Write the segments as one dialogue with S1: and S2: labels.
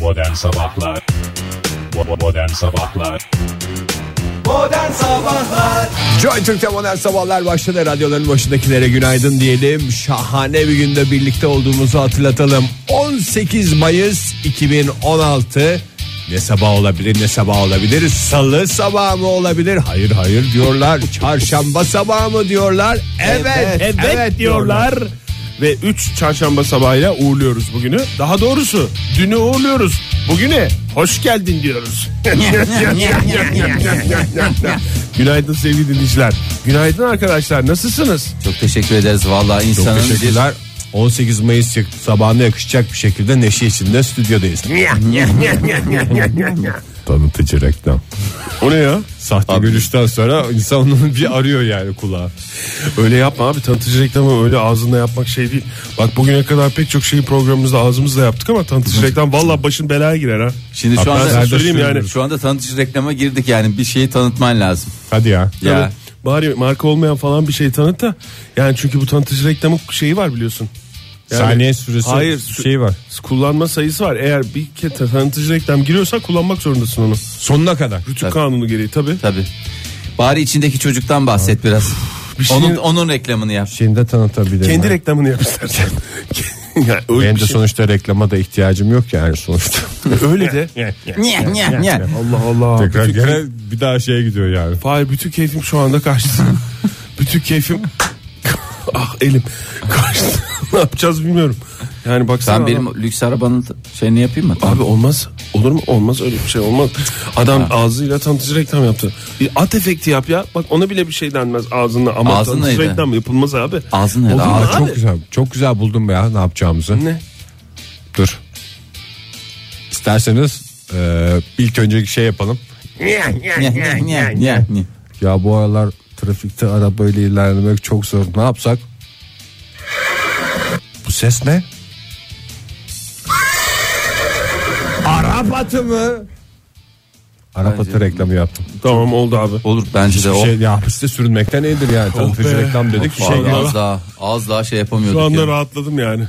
S1: Modern Sabahlar Bo- Modern Sabahlar
S2: Modern Sabahlar
S3: Joy Türk'te modern sabahlar başladı. Radyoların başındakilere günaydın diyelim. Şahane bir günde birlikte olduğumuzu hatırlatalım. 18 Mayıs 2016 ne sabah olabilir ne sabah olabilir salı sabahı mı olabilir hayır hayır diyorlar çarşamba sabahı mı diyorlar evet
S4: Evet, diyorlar. Ve 3 çarşamba sabahıyla uğurluyoruz bugünü. Daha doğrusu dünü uğurluyoruz. Bugüne hoş geldin diyoruz. Günaydın sevgili dinleyiciler. Günaydın arkadaşlar. Nasılsınız?
S2: Çok teşekkür ederiz vallahi
S3: Çok
S2: insanın
S3: teşekkürler 18 Mayıs sabahına yakışacak bir şekilde neşe içinde stüdyodayız tanıtıcı reklam
S4: O ne ya?
S3: Sahte gülüşten sonra insan onu bir arıyor yani kulağı.
S4: Öyle yapma abi tanıtıcı reklamı öyle ağzında yapmak şey değil. Bak bugüne kadar pek çok şeyi programımızda ağzımızla yaptık ama tanıtıcı reklam valla başın belaya girer ha.
S2: Şimdi şu
S3: Hatta
S2: anda
S3: nerede
S4: söyleyeyim yani.
S2: Şu anda tanıtıcı reklama girdik yani bir şeyi tanıtman lazım.
S3: Hadi ya.
S2: Ya
S4: Tabii. Bari marka olmayan falan bir şey tanıt da. Yani çünkü bu tanıtıcı reklamı şeyi var biliyorsun. Yani-
S3: Saniye süresi
S4: Hayır, sü-
S3: şey var.
S4: Kullanma sayısı var. Eğer bir kez tanıtıcı reklam giriyorsa kullanmak zorundasın onu.
S3: Sonuna kadar.
S4: Rütük
S2: Tabii.
S4: kanunu gereği tabii.
S2: tabi. Bari içindeki çocuktan bahset biraz.
S4: Bir şey-
S2: Onun onun reklamını yap.
S3: Şeyini de tanıtabilirim.
S4: Kendi
S3: ben.
S4: reklamını yap istersen. yani öyle,
S3: Benim
S4: bir
S3: de
S4: şey-
S3: sonuçta reklama da ihtiyacım yok yani sonuçta.
S4: öyle de.
S2: Nye, nye, nye.
S4: Allah Allah.
S3: Tekrar
S4: bütün,
S3: gene bir daha şeye gidiyor yani.
S4: Hayır, bütün keyfim şu anda karşısında. bütün keyfim ah elim karşısında. ne yapacağız bilmiyorum. Yani baksana.
S2: Ben
S4: adam-
S2: benim lüks arabanın şeyini yapayım mı?
S4: Abi olmaz. Olur mu? Olmaz öyle bir şey olmaz. Adam ağzıyla tanıtıcı reklam yaptı. Bir at efekti yap ya. Bak ona bile bir şey denmez ağzınla ama
S2: Ağzın
S4: tanıtıcı
S2: neydi?
S4: reklam yapılmaz abi.
S2: Ağzın neydi?
S4: Olur mu
S2: Ağzın
S4: abi?
S3: Çok güzel. Çok güzel buldum ya ne yapacağımızı.
S4: Ne?
S3: Dur. İsterseniz e, ilk önce şey yapalım.
S2: Nye, nye, nye, nye, nye.
S3: Ya bu aralar trafikte arabayla ilerlemek çok zor. Ne yapsak? Bu ses ne? Arap atı mı? Arap atı reklamı yaptım.
S4: Tamam oldu abi.
S2: Olur bence de
S3: Bir
S2: o.
S3: şey ya hapiste sürünmekten iyidir yani. Tanıtıcı
S4: Oh be.
S3: reklam dedik. Bir şey
S2: Vallahi
S3: yok.
S2: az daha az daha şey yapamıyorduk.
S4: Şu anda
S2: ya.
S4: rahatladım yani.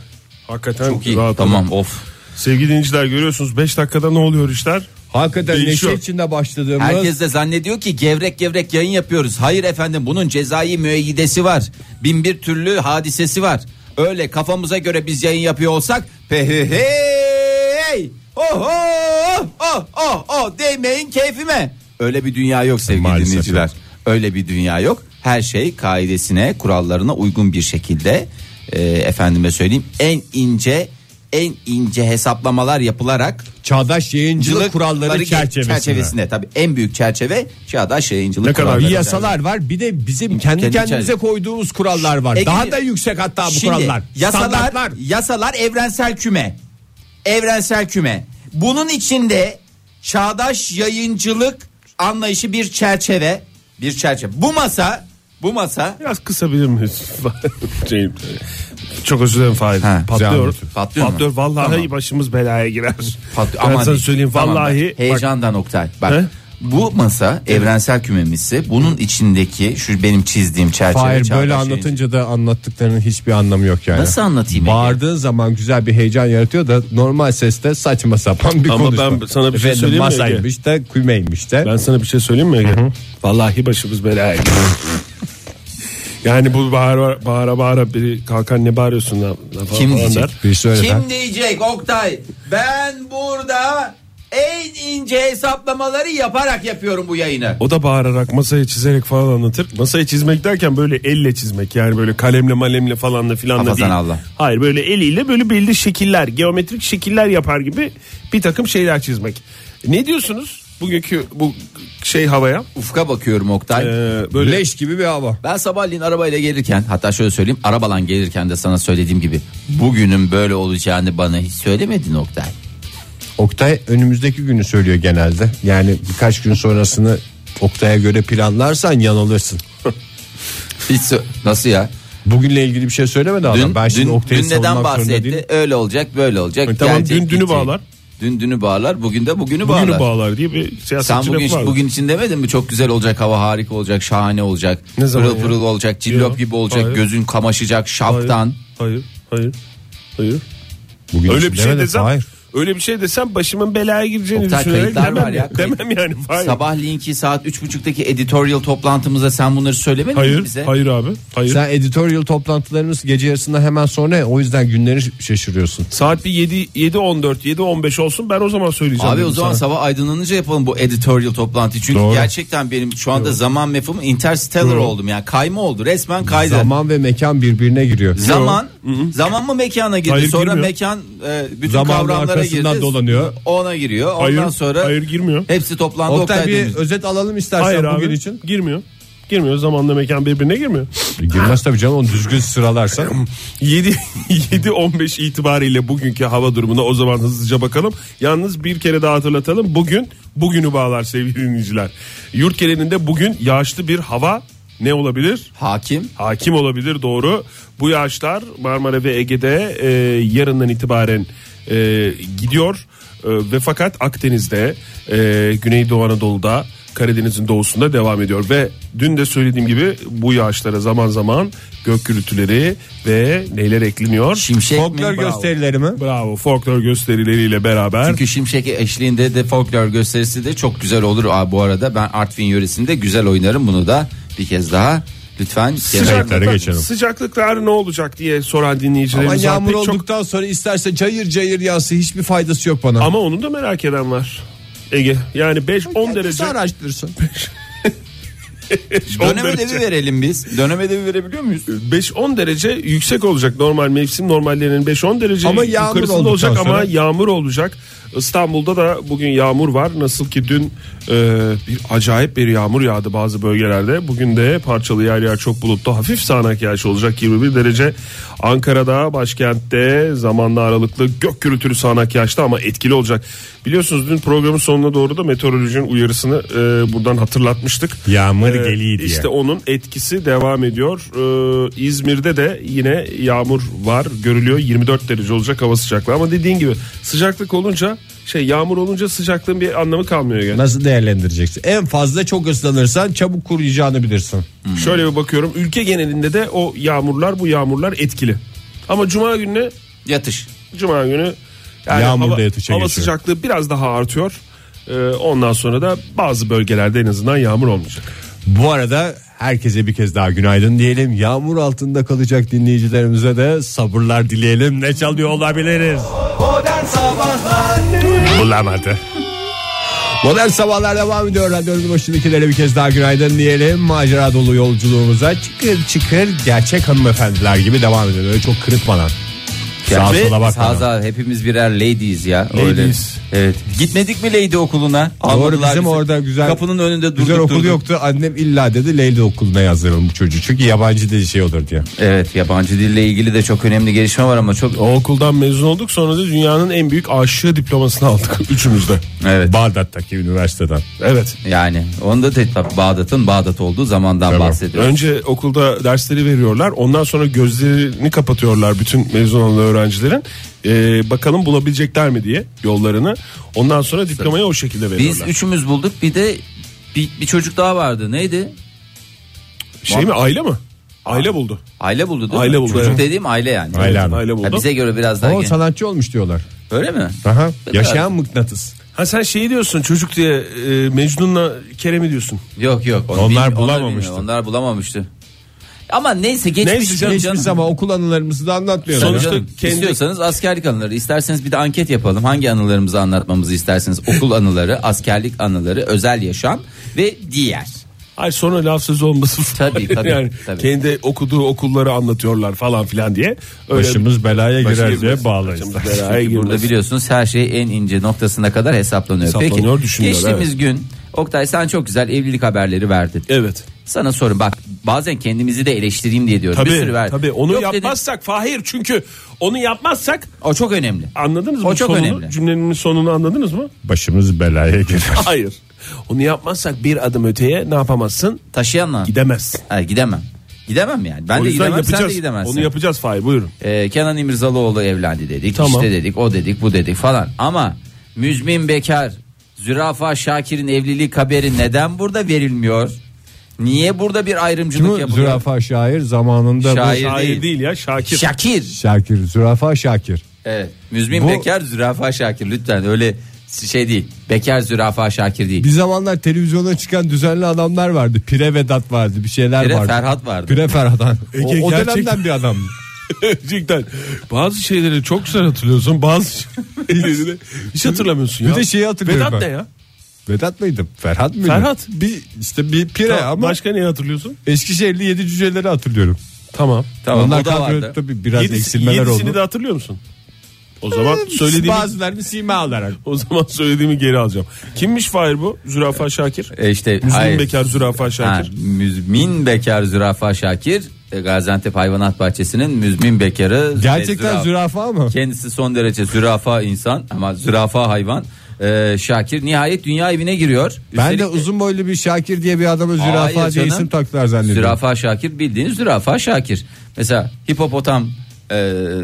S4: Hakikaten
S2: Çok iyi.
S4: rahatladım.
S2: Tamam of.
S4: Sevgili dinleyiciler görüyorsunuz 5 dakikada ne oluyor işler?
S3: Hakikaten
S4: Değişiyor.
S3: neşe içinde başladığımız
S2: Herkes de zannediyor ki gevrek gevrek yayın yapıyoruz. Hayır efendim bunun cezai müeyyidesi var. Bin bir türlü hadisesi var. Öyle kafamıza göre biz yayın yapıyor olsak pehehey oh oh oh oh oh değmeyin keyfime. Öyle bir dünya yok sevgili
S3: Maalesef
S2: dinleyiciler. Öyle bir dünya yok. Her şey kaidesine kurallarına uygun bir şekilde e, efendime söyleyeyim en ince en ince hesaplamalar yapılarak
S3: çağdaş yayıncılık
S2: yayıncılık
S3: kuralları çerçevesinde.
S2: çerçevesinde. Tabii en büyük çerçeve çağdaş yayıncılık
S4: Ne kadar
S2: kuralları.
S3: Bir yasalar var bir de bizim kendi,
S2: Kendi
S3: kendimize
S2: çerçeve-
S3: koyduğumuz kurallar var.
S2: Ege-
S3: Daha da yüksek hatta bu
S2: Şimdi
S3: kurallar.
S2: yasalar,
S3: Standartlar.
S2: yasalar evrensel küme. Evrensel küme. Bunun içinde çağdaş yayıncılık anlayışı bir çerçeve. Bir çerçeve. Bu masa bu masa
S4: Biraz kısabilir miyiz? Şey, Çok özür dilerim Fahir.
S2: Ha.
S4: Patlıyor.
S3: Zahmet.
S2: Patlıyor mu?
S4: Patlıyor. Vallahi
S2: Tamam.
S4: başımız belaya girer.
S2: Pat-
S4: ben
S2: aman
S4: sana
S2: diyeyim.
S4: söyleyeyim
S2: Tamam bak,
S4: vallahi. bak,
S2: heyecandan Oktay. Bak
S4: He?
S2: bu masa evrensel kümemizse bunun içindeki şu benim çizdiğim çerçeve.
S3: Hayır
S2: çağdaş
S3: böyle
S2: yayıncılık.
S3: anlatınca da anlattıklarının hiçbir anlamı yok yani.
S2: Nasıl anlatayım Ege?
S3: Bağırdığın zaman güzel bir heyecan yaratıyor da normal seste saçma sapan bir
S4: Ama
S3: konuşma.
S4: ben sana bir şey
S3: Efendim,
S4: söyleyeyim mi Ege?
S3: Masaymış da kümeymiş de.
S4: Ben sana bir şey söyleyeyim mi Ege? Vallahi başımız belaya girer. yani bu bağıra bağıra, bağıra biri kalkan ne bağırıyorsun lan? lan falan
S2: Kim
S4: falan
S2: diyecek? şey
S4: der.
S3: Bir söyle ben.
S2: Kim diyecek Oktay? Ben burada en ince hesaplamaları yaparak yapıyorum bu yayını.
S4: O da bağırarak masaya çizerek falan anlatır. Masaya çizmek derken böyle elle çizmek yani böyle kalemle malemle falanla filanla
S2: Hafazan
S4: değil.
S2: Allah.
S4: Hayır böyle eliyle böyle belli şekiller, geometrik şekiller yapar gibi bir takım şeyler çizmek. Ne diyorsunuz bugünkü bu şey havaya?
S2: Ufka bakıyorum Oktay.
S4: Ee, böyle
S3: Leş gibi bir hava.
S2: Ben sabahleyin arabayla gelirken hatta şöyle söyleyeyim arabalan gelirken de sana söylediğim gibi bugünün böyle olacağını bana hiç söylemedin Oktay.
S3: Oktay önümüzdeki günü söylüyor genelde. Yani birkaç gün sonrasını Oktay'a göre planlarsan yanılırsın.
S2: Hiç sö- nasıl ya?
S3: Bugünle ilgili bir şey söylemedi adam.
S2: Dün,
S3: ben şimdi
S2: dün,
S3: Oktay'ı
S2: dün neden
S3: savunmak zorunda değilim.
S2: bahsetti? Öyle olacak, böyle olacak.
S4: E, tamam,
S2: gelecek,
S4: dün dünü
S2: gidecek.
S4: bağlar.
S2: Dün dünü bağlar, bugün de bugünü,
S4: bugünü
S2: bağlar.
S4: bağlar. diye bir
S2: Sen
S4: siyasetçi
S2: bugün
S4: lafı vardı.
S2: bugün için demedin mi? Çok güzel olacak, hava harika olacak, şahane olacak.
S4: Ne zaman
S2: pırıl
S4: ya?
S2: pırıl olacak, cillop
S4: Yok,
S2: gibi olacak,
S4: hayır.
S2: gözün kamaşacak,
S4: Hayır,
S2: şaptan.
S4: Hayır, hayır, hayır.
S3: Bugün
S4: Öyle
S3: için
S4: bir şey
S3: demedi.
S4: desem
S3: Hayır.
S4: Öyle bir şey desem başımın belaya gireceğini
S2: Oktay,
S4: düşünerek
S2: kayıtlar
S4: şey demem,
S2: var ya, kayıt.
S4: demem yani. Hayır.
S2: Sabahleyink'i saat 3.30'daki editorial toplantımıza sen bunları söylemedin mi
S4: hayır,
S2: bize?
S4: hayır abi. Hayır.
S3: Sen editorial toplantılarımız gece yarısından hemen sonra ya, o yüzden günleri şaşırıyorsun.
S4: Saat bir 7 7 14 7 15 olsun ben o zaman söyleyeceğim.
S2: Abi o
S4: dedim
S2: zaman
S4: sana.
S2: sabah aydınlanınca yapalım bu editorial toplantıyı. Çünkü
S4: Doğru.
S2: gerçekten benim şu anda zaman mefhumu interstellar oldum. Yani kayma oldu resmen kaydı. Zaman,
S3: Zaman ve mekan birbirine giriyor.
S2: zaman, mı mekana girdi
S4: Hayır,
S2: sonra
S4: girmiyor.
S2: mekan e, bütün
S3: Zamanın
S2: kavramlara girdi.
S3: arkasından dolanıyor.
S2: Ona giriyor. Ondan
S4: Hayır,
S2: sonra
S4: hayır, girmiyor.
S2: hepsi toplandı.
S3: Oktay,
S2: Oktay
S3: bir
S2: Demirci.
S3: özet alalım istersen
S4: Hayır
S3: bugün
S4: abi.
S3: için.
S4: Girmiyor. Girmiyor. Zamanla mekan birbirine girmiyor.
S3: E, Girmez tabii canım onu düzgün sıralarsan.
S4: 7 7 15 itibariyle bugünkü hava durumuna o zaman hızlıca bakalım. Yalnız bir kere daha hatırlatalım. Bugün bugünü bağlar sevgili dinleyiciler. Yurt genelinde bugün yağışlı bir hava ne olabilir?
S2: Hakim.
S4: hakim olabilir doğru. Bu yağışlar Marmara ve Ege'de e, yarından itibaren e, gidiyor E, ve fakat Akdeniz'de, e, Güneydoğu Anadolu'da, Karadeniz'in doğusunda devam ediyor ve dün de söylediğim gibi bu yağışlara zaman zaman gök gürültüleri ve neler ekleniyor?
S2: Şimşek
S3: Folklor
S2: mi? Bravo.
S3: gösterilerimi.
S4: Bravo folklor gösterileriyle beraber
S2: Çünkü Şimşek eşliğinde de folklor gösterisi de çok güzel olur Aa, bu arada. Ben Artvin yöresinde güzel oynarım bunu da bir kez daha. Lütfen
S3: Kayıtlara geçelim.
S4: sıcaklıklar ne olacak diye soran
S3: Ama
S4: dinleyicilerimiz var.
S3: yağmur
S4: Pek çok-
S3: olduktan sonra isterse cayır cayır yağsa hiçbir faydası yok bana.
S4: Ama onu da merak eden var. Ege yani 5-10 derece
S3: araştırsın.
S4: on
S2: Döneme de
S4: derece.
S2: bir verelim biz. Döneme de bir verebiliyor muyuz?
S4: 5-10 Ee, derece yüksek olacak normal mevsim normallerinin 5-10 derece
S3: Ama
S4: ama
S3: yağmur
S4: yukarısında
S3: olduktan
S4: olacak ama
S3: sonra.
S4: yağmur olacak. İstanbul'da da bugün yağmur var. Nasıl ki dün e, bir acayip bir yağmur yağdı bazı bölgelerde. Bugün de parçalı yer yer çok bulutlu hafif sağanak yağış olacak 21 derece. Ankara'da başkentte zamanla aralıklı gök gürültülü sağanak yağışta ama etkili olacak. Biliyorsunuz dün programın sonuna doğru da meteorolojinin uyarısını e, buradan hatırlatmıştık.
S3: Yağmur
S4: Ee, İşte onun etkisi devam ediyor. Ee, İzmir'de de yine yağmur var görülüyor. 24 derece olacak hava sıcaklığı ama dediğin gibi sıcaklık olunca şey yağmur olunca sıcaklığın bir anlamı kalmıyor yani.
S3: Nasıl değerlendireceksin? En fazla çok ıslanırsan çabuk kuruyacağını bilirsin.
S4: Şöyle bir bakıyorum ülke genelinde de o yağmurlar bu yağmurlar etkili. Ama cuma gününe
S2: Yatış.
S4: cuma günü yani
S3: Yağmurda
S4: hava,
S3: yatışa
S4: hava
S3: geçiyor.
S4: sıcaklığı biraz daha artıyor. Ee, ondan sonra da bazı bölgelerde en azından yağmur olmayacak.
S3: Bu arada herkese bir kez daha günaydın diyelim. Yağmur altında kalacak dinleyicilerimize de sabırlar dileyelim. Ne çalıyor olabiliriz?
S4: Bulamadı.
S3: Modern sabahlar devam ediyor. Radyonun başındakilere bir kez daha günaydın diyelim. Macera dolu yolculuğumuza çıkır çıkır gerçek hanımefendiler gibi devam ediyor. Öyle çok kırıtmadan. Sağa
S2: Ve
S3: sola
S2: sağ-
S3: bakmadan.
S2: sağ- hepimiz birer ladies ya.
S4: Ladies.
S2: Öyle. Evet. Gitmedik mi lady okuluna?
S3: Doğru
S2: Almadılar
S3: bizim
S2: bizi.
S3: orada güzel
S2: Kapının önünde durduk
S3: Güzel okul
S2: durduk.
S3: yoktu. Annem illa dedi Leyla okuluna yazdıralım bu çocuğu. Çünkü yabancı dil şey olur diye.
S2: Evet yabancı dille ilgili de çok önemli gelişme var ama çok
S4: O okuldan mezun olduk sonra da dünyanın en büyük aşığı diplomasını aldık üçümüz de.
S2: evet
S3: Bağdat'taki üniversiteden.
S4: Evet.
S2: yani onda da tabii Bağdat'ın Bağdat olduğu zamandan bahsediyoruz.
S4: Önce okulda dersleri veriyorlar. Ondan sonra gözlerini kapatıyorlar bütün mezun olan öğrencilerin. Ee, bakalım bulabilecekler mi diye yollarını. Ondan sonra diplomayı o şekilde
S2: Biz
S4: veriyorlar.
S2: üçümüz bulduk bir de bir, bir çocuk daha vardı neydi?
S4: şey mi aile mi? Aile buldu.
S2: Aile buldu değil
S4: Aile
S2: mi?
S4: buldu,
S2: Çocuk
S4: evet.
S2: dediğim aile yani.
S3: Aile hanım.
S4: Aile buldu.
S2: Ya bize göre biraz daha
S3: O
S2: genç.
S3: sanatçı olmuş diyorlar.
S2: Öyle mi?
S3: Aha, yaşayan mıknatıs.
S4: Ha sen şey diyorsun çocuk diye e, Mecnun'la Kerem'i diyorsun.
S2: Yok yok. onu
S3: Onlar
S2: bilmiyor, onu
S3: bulamamıştı.
S2: bilmiyor, Onlar bulamamıştı. Ama neyse geçmiş.
S4: Neyse canım,
S2: canım.
S3: Geçmiş ama okul anılarımızı da anlatmıyorlar.
S4: Sonuçta
S2: Canım,
S4: kendi-
S2: istiyorsanız askerlik anıları isterseniz bir de anket yapalım. Hangi anılarımızı anlatmamızı isterseniz okul anıları, askerlik anıları, özel yaşam ve diğer.
S4: Ay sonra lafsız olmasın.
S2: Tabii, tabii,
S4: yani
S2: tabii.
S4: kendi okuduğu okulları anlatıyorlar falan filan diye. Öyle
S3: Başımız belaya girer diye bağlayız.
S4: Başımız belaya girmez.
S2: Burada biliyorsunuz her şey en ince noktasına kadar hesaplanıyor.
S4: Hesaplanıyor,
S2: Peki
S4: düşünüyor,
S2: geçtiğimiz gün Oktay sen çok güzel evlilik haberleri verdin.
S4: Evet.
S2: Sana sorun bak bazen kendimizi de eleştireyim diye diyorum.
S4: Tabii,
S2: bir sürü ver.
S4: tabii onu
S2: Yok dedim.
S4: yapmazsak Fahir çünkü onu yapmazsak
S2: O çok önemli.
S4: anladınız mı?
S2: O çok
S4: sonunu,
S2: önemli.
S4: Cümlenin sonunu anladınız mı?
S3: Başımız belaya girer.
S4: Hayır. Onu yapmazsak bir adım öteye ne yapamazsın?
S2: Taşıyanla.
S4: Gidemezsin.
S2: Ha, gidemem. Gidemem yani. Ben
S4: o
S2: de
S4: yüzden
S2: gidemem sen de
S4: yapacağız.
S2: gidemezsin.
S4: Onu yapacağız Fahir buyurun.
S2: Ee, Kenan İmirzalıoğlu evlendi dedik.
S4: Tamam.
S2: İşte dedik o dedik bu dedik falan. Ama Müzmin Bekar, Zürafa Şakir'in evlilik haberi neden burada verilmiyor? Niye burada bir ayrımcılık
S3: Bu
S2: yapılıyor?
S3: zürafa şair zamanında
S2: Şair.
S3: bu
S4: Şair
S2: değil.
S4: değil ya Şakir.
S2: Şakir.
S3: Şakir, zürafa Şakir.
S2: Evet. Müzmin
S3: Bu-
S2: Bekar Zürafa Şakir lütfen öyle şey değil. Bekar Zürafa Şakir değil.
S3: Bir zamanlar televizyona çıkan düzenli adamlar vardı. Pire Vedat vardı bir şeyler
S2: Pire
S3: vardı.
S2: Ferhat vardı.
S3: Pire Ferhat. O,
S4: Ege
S3: o
S4: gerçek-
S3: dönemden bir adam.
S4: Gerçekten bazı şeyleri çok güzel hatırlıyorsun bazı şeyleri hiç hatırlamıyorsun ya.
S3: Bir de
S2: şey
S3: şeyi hatırlıyorum
S4: Vedat
S3: ben.
S4: ne ya?
S3: Vedat mıydı? Ferhat mıydı?
S4: Ferhat.
S3: Bir, işte bir pire
S4: Tamam,
S3: ama
S4: Başka neyi hatırlıyorsun?
S3: Eskişehirli yedi cüceleri hatırlıyorum.
S4: Tamam.
S2: Tamam
S3: Onlar
S2: o da
S3: kadroda
S2: vardı.
S3: tabii biraz
S4: Yedisi-
S3: eksilmeler
S4: yedisini
S3: oldu.
S4: de hatırlıyor musun? O zaman
S2: Ee,
S4: söylediğimi
S3: Bazılarını sima olarak.
S4: o zaman söylediğimi geri alacağım. Kimmiş Fahir bu? Zürafa Şakir.
S2: E işte
S4: Müslüm
S2: hayır.
S4: Bekar Zürafa Şakir.
S2: Ha, Müzmin Bekar Zürafa Şakir e, Gaziantep Hayvanat Bahçesi'nin Müzmin Bekarı E,
S3: Gerçekten
S2: Zürafa-
S3: zürafa mı?
S2: Kendisi son derece zürafa insan ama zürafa hayvan. E, Şakir nihayet dünya evine giriyor.
S3: Ben de
S2: Üstelik
S3: uzun boylu bir Şakir diye bir adama zürafa
S2: Hayır
S3: diye
S2: canım.
S3: isim taktılar zannediyorum.
S2: Zürafa Şakir bildiğiniz zürafa Şakir. Mesela hipopotam e,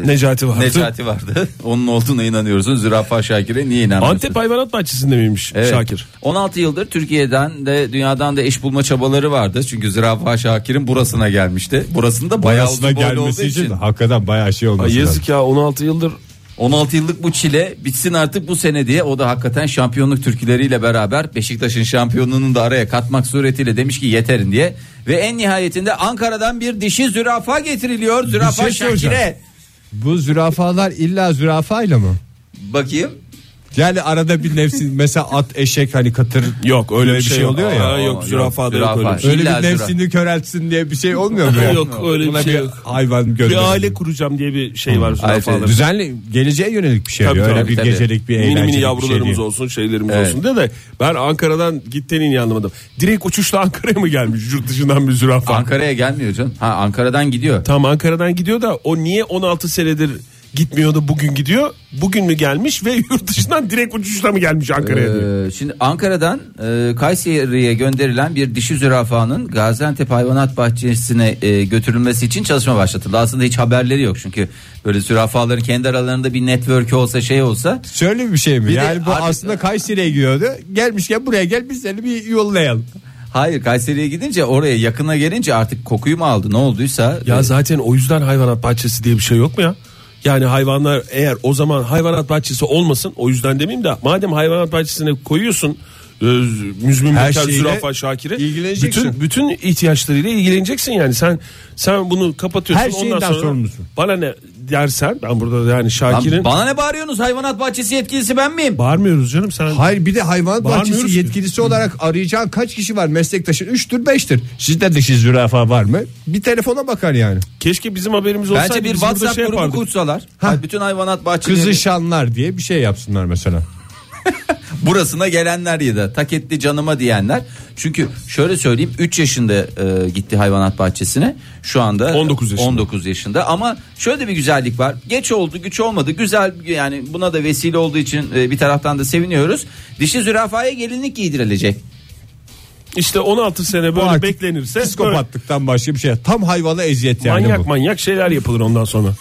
S4: Necati vardı.
S2: Necati vardı. Onun olduğuna inanıyorsun. Zürafa Şakir'e niye inanmıyorsun?
S4: Antep Hayvanat Bahçesi'nde miymiş
S2: Evet.
S4: Şakir?
S2: 16 yıldır Türkiye'den de dünyadan da eş bulma çabaları vardı. Çünkü Zürafa Şakir'in burasına gelmişti. Burasında bayağı uzun
S3: Bayasına
S2: boylu
S3: gelmesi
S2: olduğu
S3: için,
S2: için.
S3: hakikaten bayağı şey olması
S4: Ay
S3: lazım.
S4: yazık ya 16 yıldır
S2: 16 yıllık bu çile bitsin artık bu sene diye o da hakikaten şampiyonluk türküleriyle beraber Beşiktaş'ın şampiyonluğunu da araya katmak suretiyle demiş ki yeterin diye. Ve en nihayetinde Ankara'dan bir dişi zürafa getiriliyor. Zürafa
S3: şey soracağım.
S2: Şakir'e.
S3: Bu zürafalar illa zürafayla mı?
S2: Bakayım.
S3: Yani arada bir nefsi mesela at eşek hani katır
S4: Yok öyle bir şey, oluyor ya.
S3: Aa,
S2: yok, zürafa.
S4: şey.
S3: öyle
S2: İlla
S3: bir nefsini köreltsin diye bir şey olmuyor mu? ya?
S4: Yok, öyle bir
S3: Buna
S4: şey yok.
S3: Hayvan
S4: Bir
S3: gönderin.
S4: aile kuracağım diye bir şey var
S2: Aile-
S4: zürafaların.
S3: Düzenli geleceğe yönelik bir şey.
S4: Tabii,
S3: öyle
S4: tabii,
S3: bir
S2: tabii.
S3: gecelik bir
S4: Mini
S3: eğlencelik
S4: mini
S3: bir şey
S4: yavrularımız
S3: değil.
S4: olsun şeylerimiz
S2: Evet.
S4: olsun diye de ben Ankara'dan gittiğini iyi anlamadım. Direkt uçuşla Ankara'ya mı gelmiş yurt dışından bir zürafa?
S2: Ankara'ya gelmiyor canım. Ha Ankara'dan gidiyor.
S4: Tam Ankara'dan gidiyor da o niye 16 senedir gitmiyordu bugün gidiyor. Bugün mü gelmiş ve yurt dışından direkt uçuşla mı gelmiş Ankara'ya diyor.
S2: Ee, şimdi Ankara'dan e, Kayseri'ye gönderilen bir dişi zürafanın Gaziantep Hayvanat Bahçesi'ne e, götürülmesi için çalışma başlatıldı. Aslında hiç haberleri yok çünkü böyle zürafaların kendi aralarında bir network'ü olsa şey olsa
S3: Şöyle bir şey mi?
S2: Bir de
S3: yani bu
S2: abi-
S3: aslında Kayseri'ye gidiyordu. Gelmişken buraya gel biz seni bir yollayalım.
S2: hayır Kayseri'ye gidince oraya yakına gelince artık kokuyu mu aldı ne olduysa
S4: Ya zaten o yüzden hayvanat bahçesi diye bir şey yok mu ya? Yani hayvanlar eğer o zaman hayvanat bahçesi olmasın o yüzden demeyeyim de madem hayvanat bahçesine koyuyorsun e, Müzmin
S3: Her
S4: Bekar,
S3: şeyle
S4: Zürafa, Şakir'i Bütün,
S3: ilgileneceksin.
S4: bütün ihtiyaçlarıyla ilgileneceksin yani. Sen sen bunu kapatıyorsun.
S3: Her şeyinden
S4: ondan sonra
S3: sorumlusun.
S4: Bana ne dersen ben burada yani
S2: Lan
S4: Şakir'in
S2: bana ne bağırıyorsunuz hayvanat bahçesi yetkilisi ben miyim?
S4: bağırmıyoruz canım sen.
S3: Hayır bir de hayvan
S4: Bağırmıyoruz
S3: bahçesi
S4: ki.
S3: yetkilisi olarak arayacağın kaç kişi var meslektaşın? Üçtür beştir. Sizde dişi zürafa var mı? Bir telefona bakar yani.
S4: Keşke bizim haberimiz olsaydı.
S2: Bence bir
S4: biz burada
S2: WhatsApp
S4: şey
S2: grubu
S4: yapardık.
S2: kursalar.
S3: Ha.
S2: Bütün hayvanat bahçeleri.
S3: Kızışanlar diye bir şey yapsınlar mesela.
S2: burasına gelenler ya da tak etti canıma diyenler. Çünkü şöyle söyleyeyim 3 yaşında e, gitti hayvanat bahçesine. Şu anda
S4: 19 yaşında.
S2: 19 yaşında ama şöyle de bir güzellik var. Geç oldu, güç olmadı. Güzel yani buna da vesile olduğu için e, bir taraftan da seviniyoruz. Dişi zürafaya gelinlik giydirilecek.
S4: İşte 16 sene
S3: Bu
S4: böyle
S3: artık
S4: beklenirse böyle
S3: Psikopatlıktan başka bir şey. Tam hayvana eziyet yani
S4: manyak
S3: bu.
S4: manyak şeyler yapılır ondan sonra.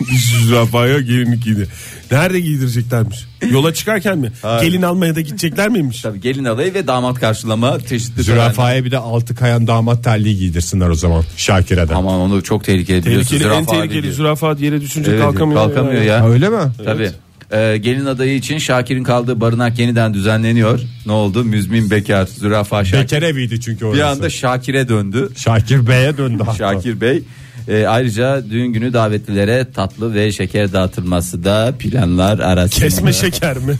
S4: Zürafaya gelinlik giydi. Nerede giydireceklermiş? Yola çıkarken mi? Gelin almaya da gidecekler miymiş?
S2: Tabii gelin alayı ve damat karşılama çeşitli törenler.
S3: Zürafaya bir de altı kayan damat terliği giydirsinler o zaman Şakir'e de.
S2: Aman onu çok tehlikeli biliyorsun.
S4: Tehlikeli, en
S2: zürafa
S4: tehlikeli
S2: dedi.
S4: zürafa yere düşünce
S2: Evet,
S4: kalkamıyor.
S2: kalkamıyor
S4: yani.
S2: ya.
S3: Ha, Öyle mi?
S2: Tabii. Ee, gelin adayı için Şakir'in kaldığı barınak yeniden düzenleniyor. Ne oldu? Müzmin Bekar, Zürafa Şakir.
S3: Bekar eviydi çünkü orası.
S2: Bir anda Şakir'e döndü.
S3: Şakir Bey'e döndü hatta.
S2: Şakir Bey. Ee, ayrıca düğün günü davetlilere tatlı ve şeker dağıtılması da planlar arasında.
S4: Kesme şeker mi?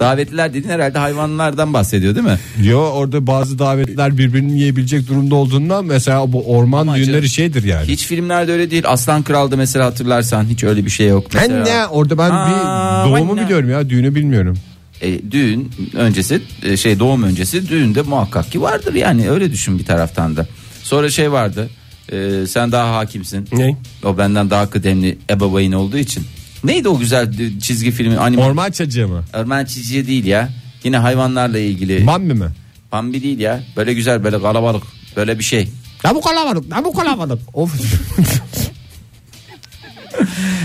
S2: Davetliler dediğin herhalde hayvanlardan bahsediyor değil mi?
S3: Yo orada bazı davetler birbirini yiyebilecek durumda olduğundan mesela bu orman
S2: Ama
S3: düğünleri
S2: canım,
S3: şeydir yani.
S2: Hiç filmlerde öyle değil. Aslan Kral'da mesela hatırlarsan hiç öyle bir şey yok. Mesela,
S3: Anne orada ben
S2: Aa,
S3: bir doğumu
S2: anne.
S3: biliyorum ya düğünü bilmiyorum.
S2: e, düğün öncesi e, şey doğum öncesi düğünde muhakkak ki vardır yani öyle düşün bir taraftan da. Sonra şey vardı. e, sen daha hakimsin.
S4: Ne?
S2: O benden daha kıdemli ebeveyn olduğu için. Neydi o güzel d- çizgi filmi? Anime.
S3: Orman çacığı mı?
S2: Orman çizgi değil ya. Yine hayvanlarla ilgili.
S3: Mammi mi?
S2: Bambi değil ya. Böyle güzel böyle kalabalık böyle bir şey.
S3: Ne bu kalabalık ne bu kalabalık. Of.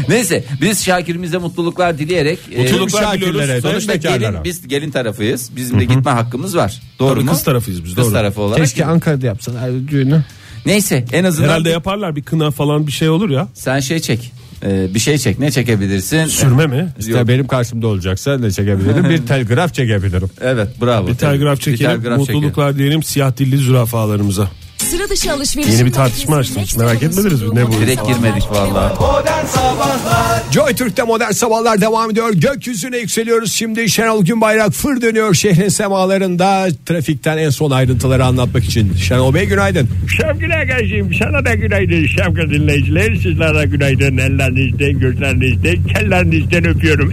S2: Neyse biz Şakir'imize mutluluklar dileyerek. e,
S4: Mutluluklar
S3: Şakirlere
S4: diliyoruz.
S3: de,
S2: Sonuçta
S3: bekarlara.
S2: gelin, biz gelin tarafıyız. Bizim de gitme hakkımız var. Doğru
S4: Tabii
S2: mu?
S4: kız tarafıyız biz,
S2: Kız
S4: doğru.
S2: tarafı olarak.
S3: Keşke Ankara'da yapsalar düğünü.
S2: Neyse en azından
S4: Herhalde yaparlar bir kına falan bir şey olur ya.
S2: sen şey çek. Ee, Ee, bir şey çek ne çekebilirsin?
S4: Sürme mi?
S2: Yok.
S3: Ya benim karşımda olacaksa ne çekebilirim? bir telgraf çekebilirim.
S2: Evet bravo.
S4: Bir telgraf çekelim. Mutluluklar diyelim siyah dilli zürafalarımıza.
S5: Sıra dışı alışveriş.
S4: Yeni bir tartışma açtınız. Merak etmediniz mi? Ne bu?
S2: Direkt girmedik vallahi.
S3: Joy Türk'te modern sabahlar devam ediyor. Gökyüzüne yükseliyoruz. Şimdi Şenol Günbayrak fır dönüyor şehrin semalarında. Trafikten en son ayrıntıları anlatmak için. Şenol Bey günaydın.
S6: Sevgili Ege'ciğim sana da günaydın sevgili dinleyiciler sizlere de günaydın ellerinizden gözlerinizden kellerinizden öpüyorum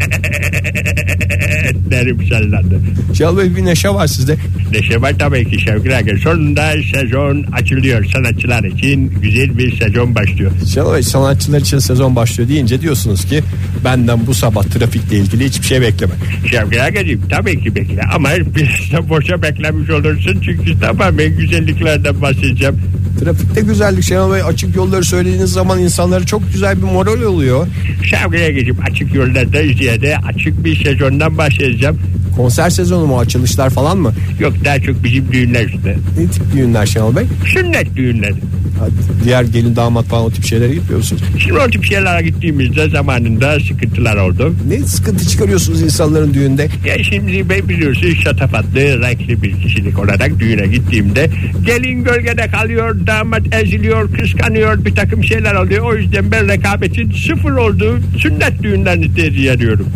S6: derim sallandı.
S3: Şenol Bey bir neşe var sizde.
S6: Neşe var tabii ki sevgili Ege sonunda sezon açılıyor sanatçılar için güzel bir sezon başlıyor.
S3: Şenol Bey sanatçılar için sezon başlıyor deyince diyorsunuz ki benden bu sabah trafikle ilgili hiçbir şey bekleme.
S6: Sevgili Ege'ciğim tabii ki bekle ama biraz da boşa beklemiş olursun çünkü tamamen güzelliklerden bahsedeceğim.
S3: Trafikte güzellik Şenol Bey açık yolları söylediğiniz zaman insanlara çok güzel bir moral oluyor.
S6: Sevgili Ege'ciğim açık yollarda izleyede açık bir sezondan bahsedeceğim.
S3: Konser sezonu mu açılışlar falan mı?
S6: Yok daha çok bizim düğünler işte.
S3: Ne tip düğünler Şenol Bey?
S6: Sünnet düğünleri.
S3: Ha, Diğer gelin damat falan o tip şeylere gitmiyor musunuz?
S6: Şimdi o tip şeylere gittiğimizde zamanında sıkıntılar oldu.
S3: Ne sıkıntı çıkarıyorsunuz insanların düğünde?
S6: Ya şimdi ben biliyorsun şatafatlı, renkli bir kişilik olarak düğüne gittiğimde gelin gölgede kalıyor, damat eziliyor, kıskanıyor, bir takım şeyler oluyor. O yüzden ben rekabetin sıfır olduğu sünnet düğünlerini tercih ediyorum.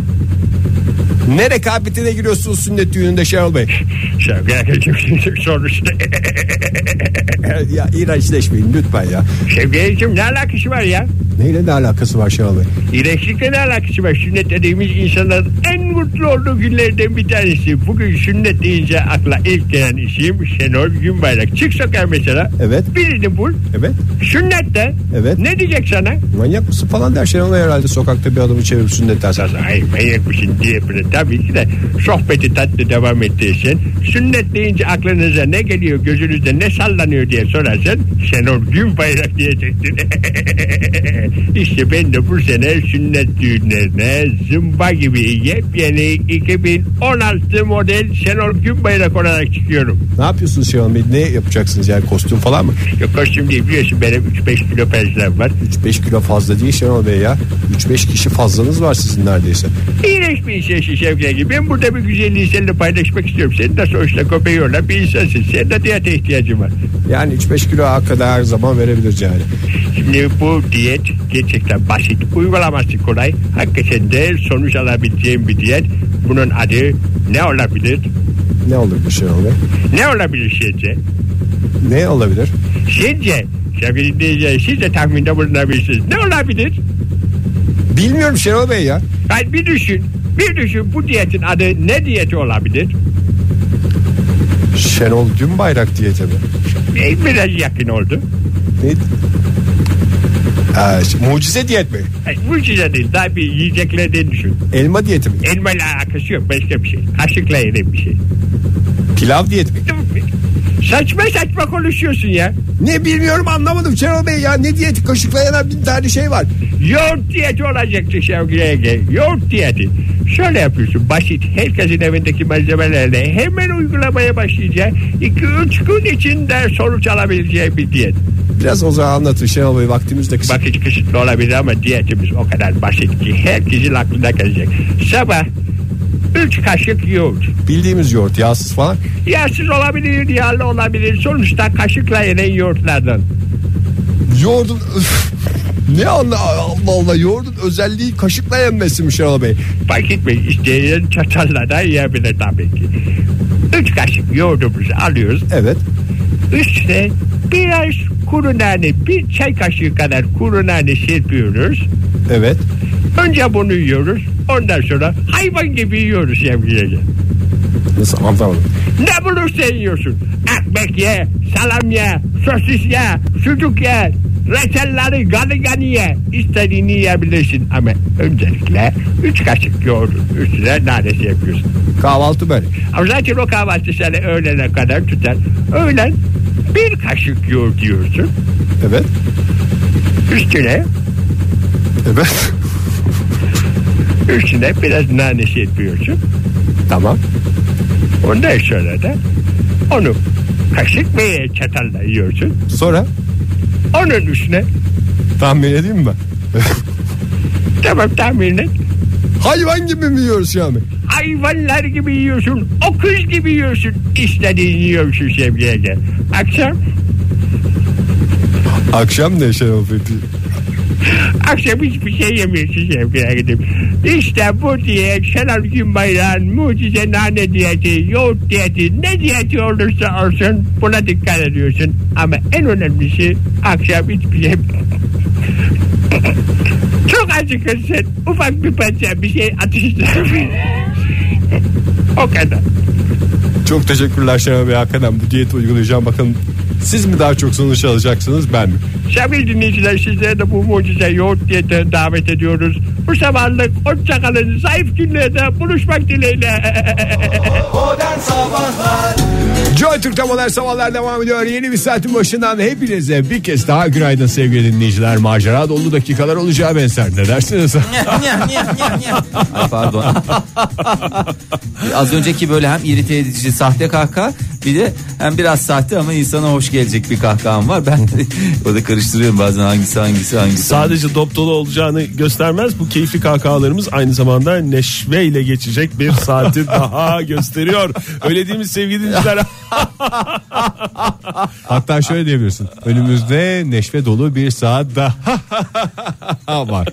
S3: Ne rekabetine giriyorsunuz sünnet düğününde Şenol Bey?
S6: Sevgili Erkek'cim sonuçta e,
S3: ya iğrençleşmeyin lütfen ya.
S6: Sevgili Erkek'cim ne alakası var ya?
S3: Neyle ne alakası var Şenol Bey?
S6: İğrençlikle ne alakası var? Sünnet dediğimiz insanların en mutlu olduğu günlerden bir tanesi. Bugün sünnet deyince akla ilk gelen isim Şenol Günbayrak. Çık sokağa mesela.
S3: Evet.
S6: Birini bul.
S3: Evet
S6: Sünnet de.
S3: Evet.
S6: Ne diyecek sana?
S3: manyak mısın falan der Şenol Bey herhalde sokakta bir adamı çevirip sünnet dersen.
S6: Sana hayır manyak mısın diye bile tabii ki de sohbeti tatlı devam ettiysen sünnet deyince aklınıza ne geliyor gözünüzde ne sallanıyor diye sorarsan Şenol Günbayrak diyecektin. işte ben de bu sene sünnet düğünlerine zımba gibi yepyeni 2016 model Şenol Günbayrak olarak çıkıyorum.
S3: Ne yapıyorsunuz Şenol Bey? Ne yapacaksınız yani kostüm falan mı?
S6: Yok koştum değil biliyorsun benim 3-5 kilo pezlem var.
S3: 3-5 kilo fazla değil Şenol Bey ya. 3-5 kişi fazlanız var sizin neredeyse.
S6: İğrenç bir işe Şevki gibi. Ben burada bir güzelliği seninle paylaşmak istiyorum. Senin de sonuçta köpeğiyorlar bir insansın. Senin de diyete ihtiyacın var.
S3: Yani 3-5 kilo hakikaten her zaman verebilir yani.
S6: Şimdi bu diyet gerçekten basit. Uygulaması kolay. Hakikaten de sonuç alabileceğim bir diyet. Bunun adı ne olabilir?
S3: Ne olur bu Şenol Bey?
S6: Ne olabilir sence?
S3: Ne olabilir?
S6: Sence? Sevgili dinleyiciler siz de tahminde bulunabilirsiniz. Ne olabilir?
S3: Bilmiyorum Şenol Bey ya.
S6: Hayır bir düşün. Bir düşün bu diyetin adı ne diyeti olabilir?
S3: Şenol Günbayrak diyeti mi?
S6: E, biraz yakın oldu.
S3: Ne? Aa, ş- mucize diyet mi?
S6: Hayır, mucize değil. Daha bir yiyeceklerden düşün.
S3: Elma diyeti mi?
S6: Elma ile alakası yok başka bir şey. Kaşıkla yenen bir şey.
S3: Pilav diyeti mi?
S6: Saçma saçma konuşuyorsun ya.
S3: Ne bilmiyorum anlamadım Şenol Bey ya. Ne diyeti kaşıkla yenen bin tane şey var.
S6: Yoğurt diyeti olacaktı Şevki Ege. Yoğurt diyeti. Şöyle yapıyorsun basit. Herkesin evindeki malzemelerle hemen uygulamaya başlayacak. 2-3 gün içinde sonuç alabileceği bir diyet.
S3: Biraz o zaman anlatın Şenol Bey vaktimiz de kısa.
S6: Bakış kısıtlı olabilir ama diyetimiz o kadar basit ki herkesin aklına gelecek. Sabah 3 kaşık yoğurt.
S3: Bildiğimiz yoğurt yağsız falan.
S6: Yağsız olabilir, yağlı olabilir. Sonuçta kaşıkla yenen yoğurtlardan.
S3: Yoğurdun Üf! ne anla Allah Allah yoğurdun özelliği kaşıkla yenmesi mi Şenol Bey?
S6: Fark etmeyin isteyen çatalla da yiyebilir tabii ki. Üç kaşık yoğurdumuzu alıyoruz.
S3: Evet.
S6: Üstüne biraz kuru nane, bir çay kaşığı kadar kuru nane serpiyoruz.
S3: Evet.
S6: Önce bunu yiyoruz. Ondan sonra hayvan gibi yiyoruz sevgili
S3: Nasıl anlamadım.
S6: Ne bulursa yiyorsun. Ekmek ye, salam ye, sosis ye, sucuk ye, reçelleri gani gani ye. İstediğini yiyebilirsin ama öncelikle üç kaşık yoğurdun üstüne nanesi yapıyorsun.
S3: Kahvaltı böyle.
S6: Ama zaten o kahvaltı seni öğlene kadar tutar. Öğlen bir kaşık yoğurt yiyorsun.
S3: Evet.
S6: Üstüne,
S3: Evet.
S6: üstüne biraz nane serpiyorsun.
S3: tamam.
S6: Ondan sonra da onu kaşık ve çatalla yiyorsun.
S3: Sonra
S6: Onun üstüne
S3: tahmin edeyim mi ben?
S6: Tamam tahmin et.
S3: Hayvan gibi mi yiyoruz Şami?
S6: Hayvanlar gibi yiyorsun. O kız gibi yiyorsun. İstediğini yiyorsun Şevriye gel. Akşam
S3: Akşam ne şey yapıyor?
S6: Akşam hiçbir şey yemiyorsun Şevki'ye gidip. İşte bu diye Selamgün Bayrağın mucize nane diyeti, yoğurt diyeti, ne diyeti olursa olsun buna dikkat ediyorsun. Ama en önemlisi akşam hiçbir şey Çok acıkırsın. Ufak bir parça bir şey atıştır. o kadar.
S3: Çok teşekkürler Şenol Bey. Hakikaten bu diyeti uygulayacağım. Bakın siz mi daha çok sonuç alacaksınız ben mi?
S6: Sevgili dinleyiciler sizlere de bu mucize yoğurt diyetine davet ediyoruz. Bu sabahlık hoşçakalın. Zayıf günlerde buluşmak dileğiyle.
S3: Joy Türk'te modern sabahlar devam ediyor. Yeni bir saatin başından hepinize bir kez daha günaydın sevgili dinleyiciler. Macera dolu dakikalar olacağı benzer. Ne dersiniz?
S2: Ay, pardon. Az önceki böyle hem irite edici sahte kahkaha bir de hem biraz sahte ama insana hoş gelecek bir kahkaham var. Ben de o da karıştırıyorum bazen hangisi hangisi hangisi.
S4: Sadece dop dolu olacağını göstermez. Bu keyifli kahkahalarımız aynı zamanda neşve ile geçecek bir saati daha gösteriyor. Öyle değil mi sevgili dinleyiciler?
S3: Hatta şöyle diyebilirsin. Önümüzde neşve dolu bir saat daha var.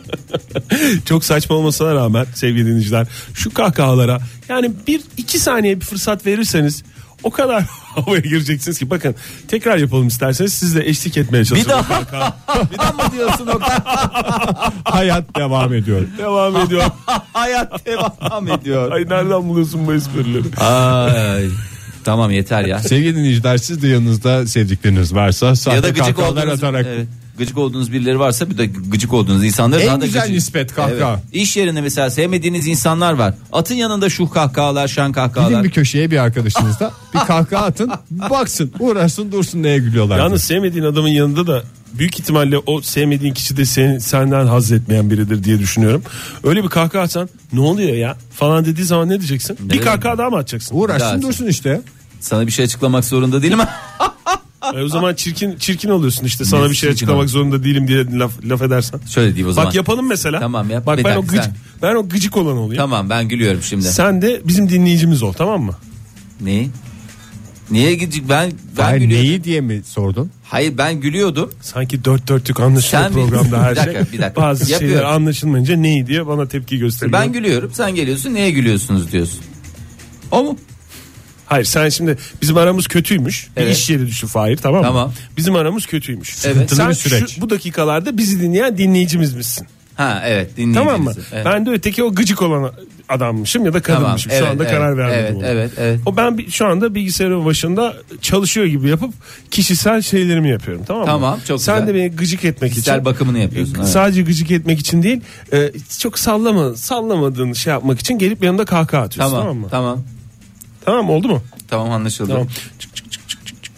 S4: Çok saçma olmasına rağmen sevgili dinleyiciler şu kahkahalara yani bir iki saniye bir fırsat verirseniz o kadar havaya gireceksiniz ki bakın tekrar yapalım isterseniz siz de eşlik etmeye çalışın.
S2: bir daha bir daha mı diyorsun o
S3: Hayat devam ediyor.
S4: Devam ediyor.
S2: hayat devam ediyor.
S4: Ay nereden buluyorsun bu esprileri?
S2: Ay. Tamam yeter ya.
S3: Sevgili dinleyiciler siz de yanınızda sevdikleriniz varsa sahte
S2: ya da gıcık
S3: kahkahalar
S2: olduğunuz,
S3: atarak
S2: evet, gıcık olduğunuz birileri varsa bir de gıcık olduğunuz insanlar
S3: En
S2: daha da
S3: güzel
S2: gıcık.
S3: nispet kahkaha.
S2: İş yerinde mesela sevmediğiniz insanlar var. Atın yanında şu kahkahalar, şan
S3: gidin
S2: kahkahalar.
S3: bir köşeye bir arkadaşınızla bir kahkaha atın baksın uğraşsın dursun neye gülüyorlar.
S4: Yalnız sevmediğin adamın yanında da büyük ihtimalle o sevmediğin kişi de sen, senden haz etmeyen biridir diye düşünüyorum. Öyle bir kahkaha atsan ne oluyor ya falan dediği zaman ne diyeceksin? Bir kahkaha daha mı atacaksın?
S3: uğraşsın
S2: Lazım.
S3: dursun işte.
S2: Sana bir şey açıklamak zorunda değilim.
S4: E, o zaman çirkin çirkin oluyorsun işte sana
S2: Ne
S4: bir şey
S2: çirkin
S4: açıklamak
S2: olur?
S4: zorunda değilim diye laf, laf edersen.
S2: Şöyle diyeyim o zaman.
S4: Bak yapalım mesela.
S2: Tamam yap.
S4: Bak
S2: Bir
S4: ben o,
S2: dakika,
S4: gıcık,
S2: sen-
S4: ben o gıcık olan olayım.
S2: Tamam ben gülüyorum şimdi.
S4: Sen de bizim dinleyicimiz ol tamam mı?
S2: Neyi? Niye gidecek? Ben ben
S3: Hayır,
S2: gülüyordum.
S3: neyi diye mi sordun?
S2: Hayır ben gülüyordum.
S4: Sanki dört dörtlük anlaşılıyor
S2: Sen bir-
S4: programda her
S2: Bir dakika,
S4: şey.
S2: bir dakika.
S4: Bazı şeyler
S2: Yapıyorum.
S4: anlaşılmayınca neyi diye bana tepki gösteriyor.
S2: Ben gülüyorum. Sen geliyorsun. Neye gülüyorsunuz diyorsun. O mu?
S4: Hayır sen şimdi bizim aramız kötüymüş. Bir
S2: Evet.
S4: iş yeri düştü Fahir tamam mı?
S2: Tamam.
S4: Bizim aramız kötüymüş.
S2: Evet.
S4: Sen
S3: bir süreç.
S4: şu- bu dakikalarda bizi dinleyen dinleyicimiz misin?
S2: Ha evet dinleyiciniz.
S4: Tamam mı?
S2: Evet.
S4: Ben de öteki o gıcık olan adammışım ya da kadınmışım.
S2: Tamam,
S4: şu
S2: evet,
S4: anda
S2: evet,
S4: karar vermedim.
S2: evet,
S4: ona.
S2: evet, evet.
S4: O ben bi- şu anda bilgisayarın başında çalışıyor gibi yapıp kişisel şeylerimi yapıyorum tamam mı?
S2: Tamam, çok
S4: Sen
S2: güzel.
S4: de beni gıcık etmek
S2: Kişisel
S4: için.
S2: bakımını yapıyorsun,
S4: e,
S2: evet.
S4: Sadece gıcık etmek için değil. e, çok sallama, sallamadığın şey yapmak için gelip yanımda kahkaha atıyorsun tamam,
S2: tamam,
S4: mı?
S2: tamam. Tamam.
S4: Tamam oldu mu?
S2: anlaşıldı.
S4: Tamam. Çık, çık, çık, çık, çık, çık.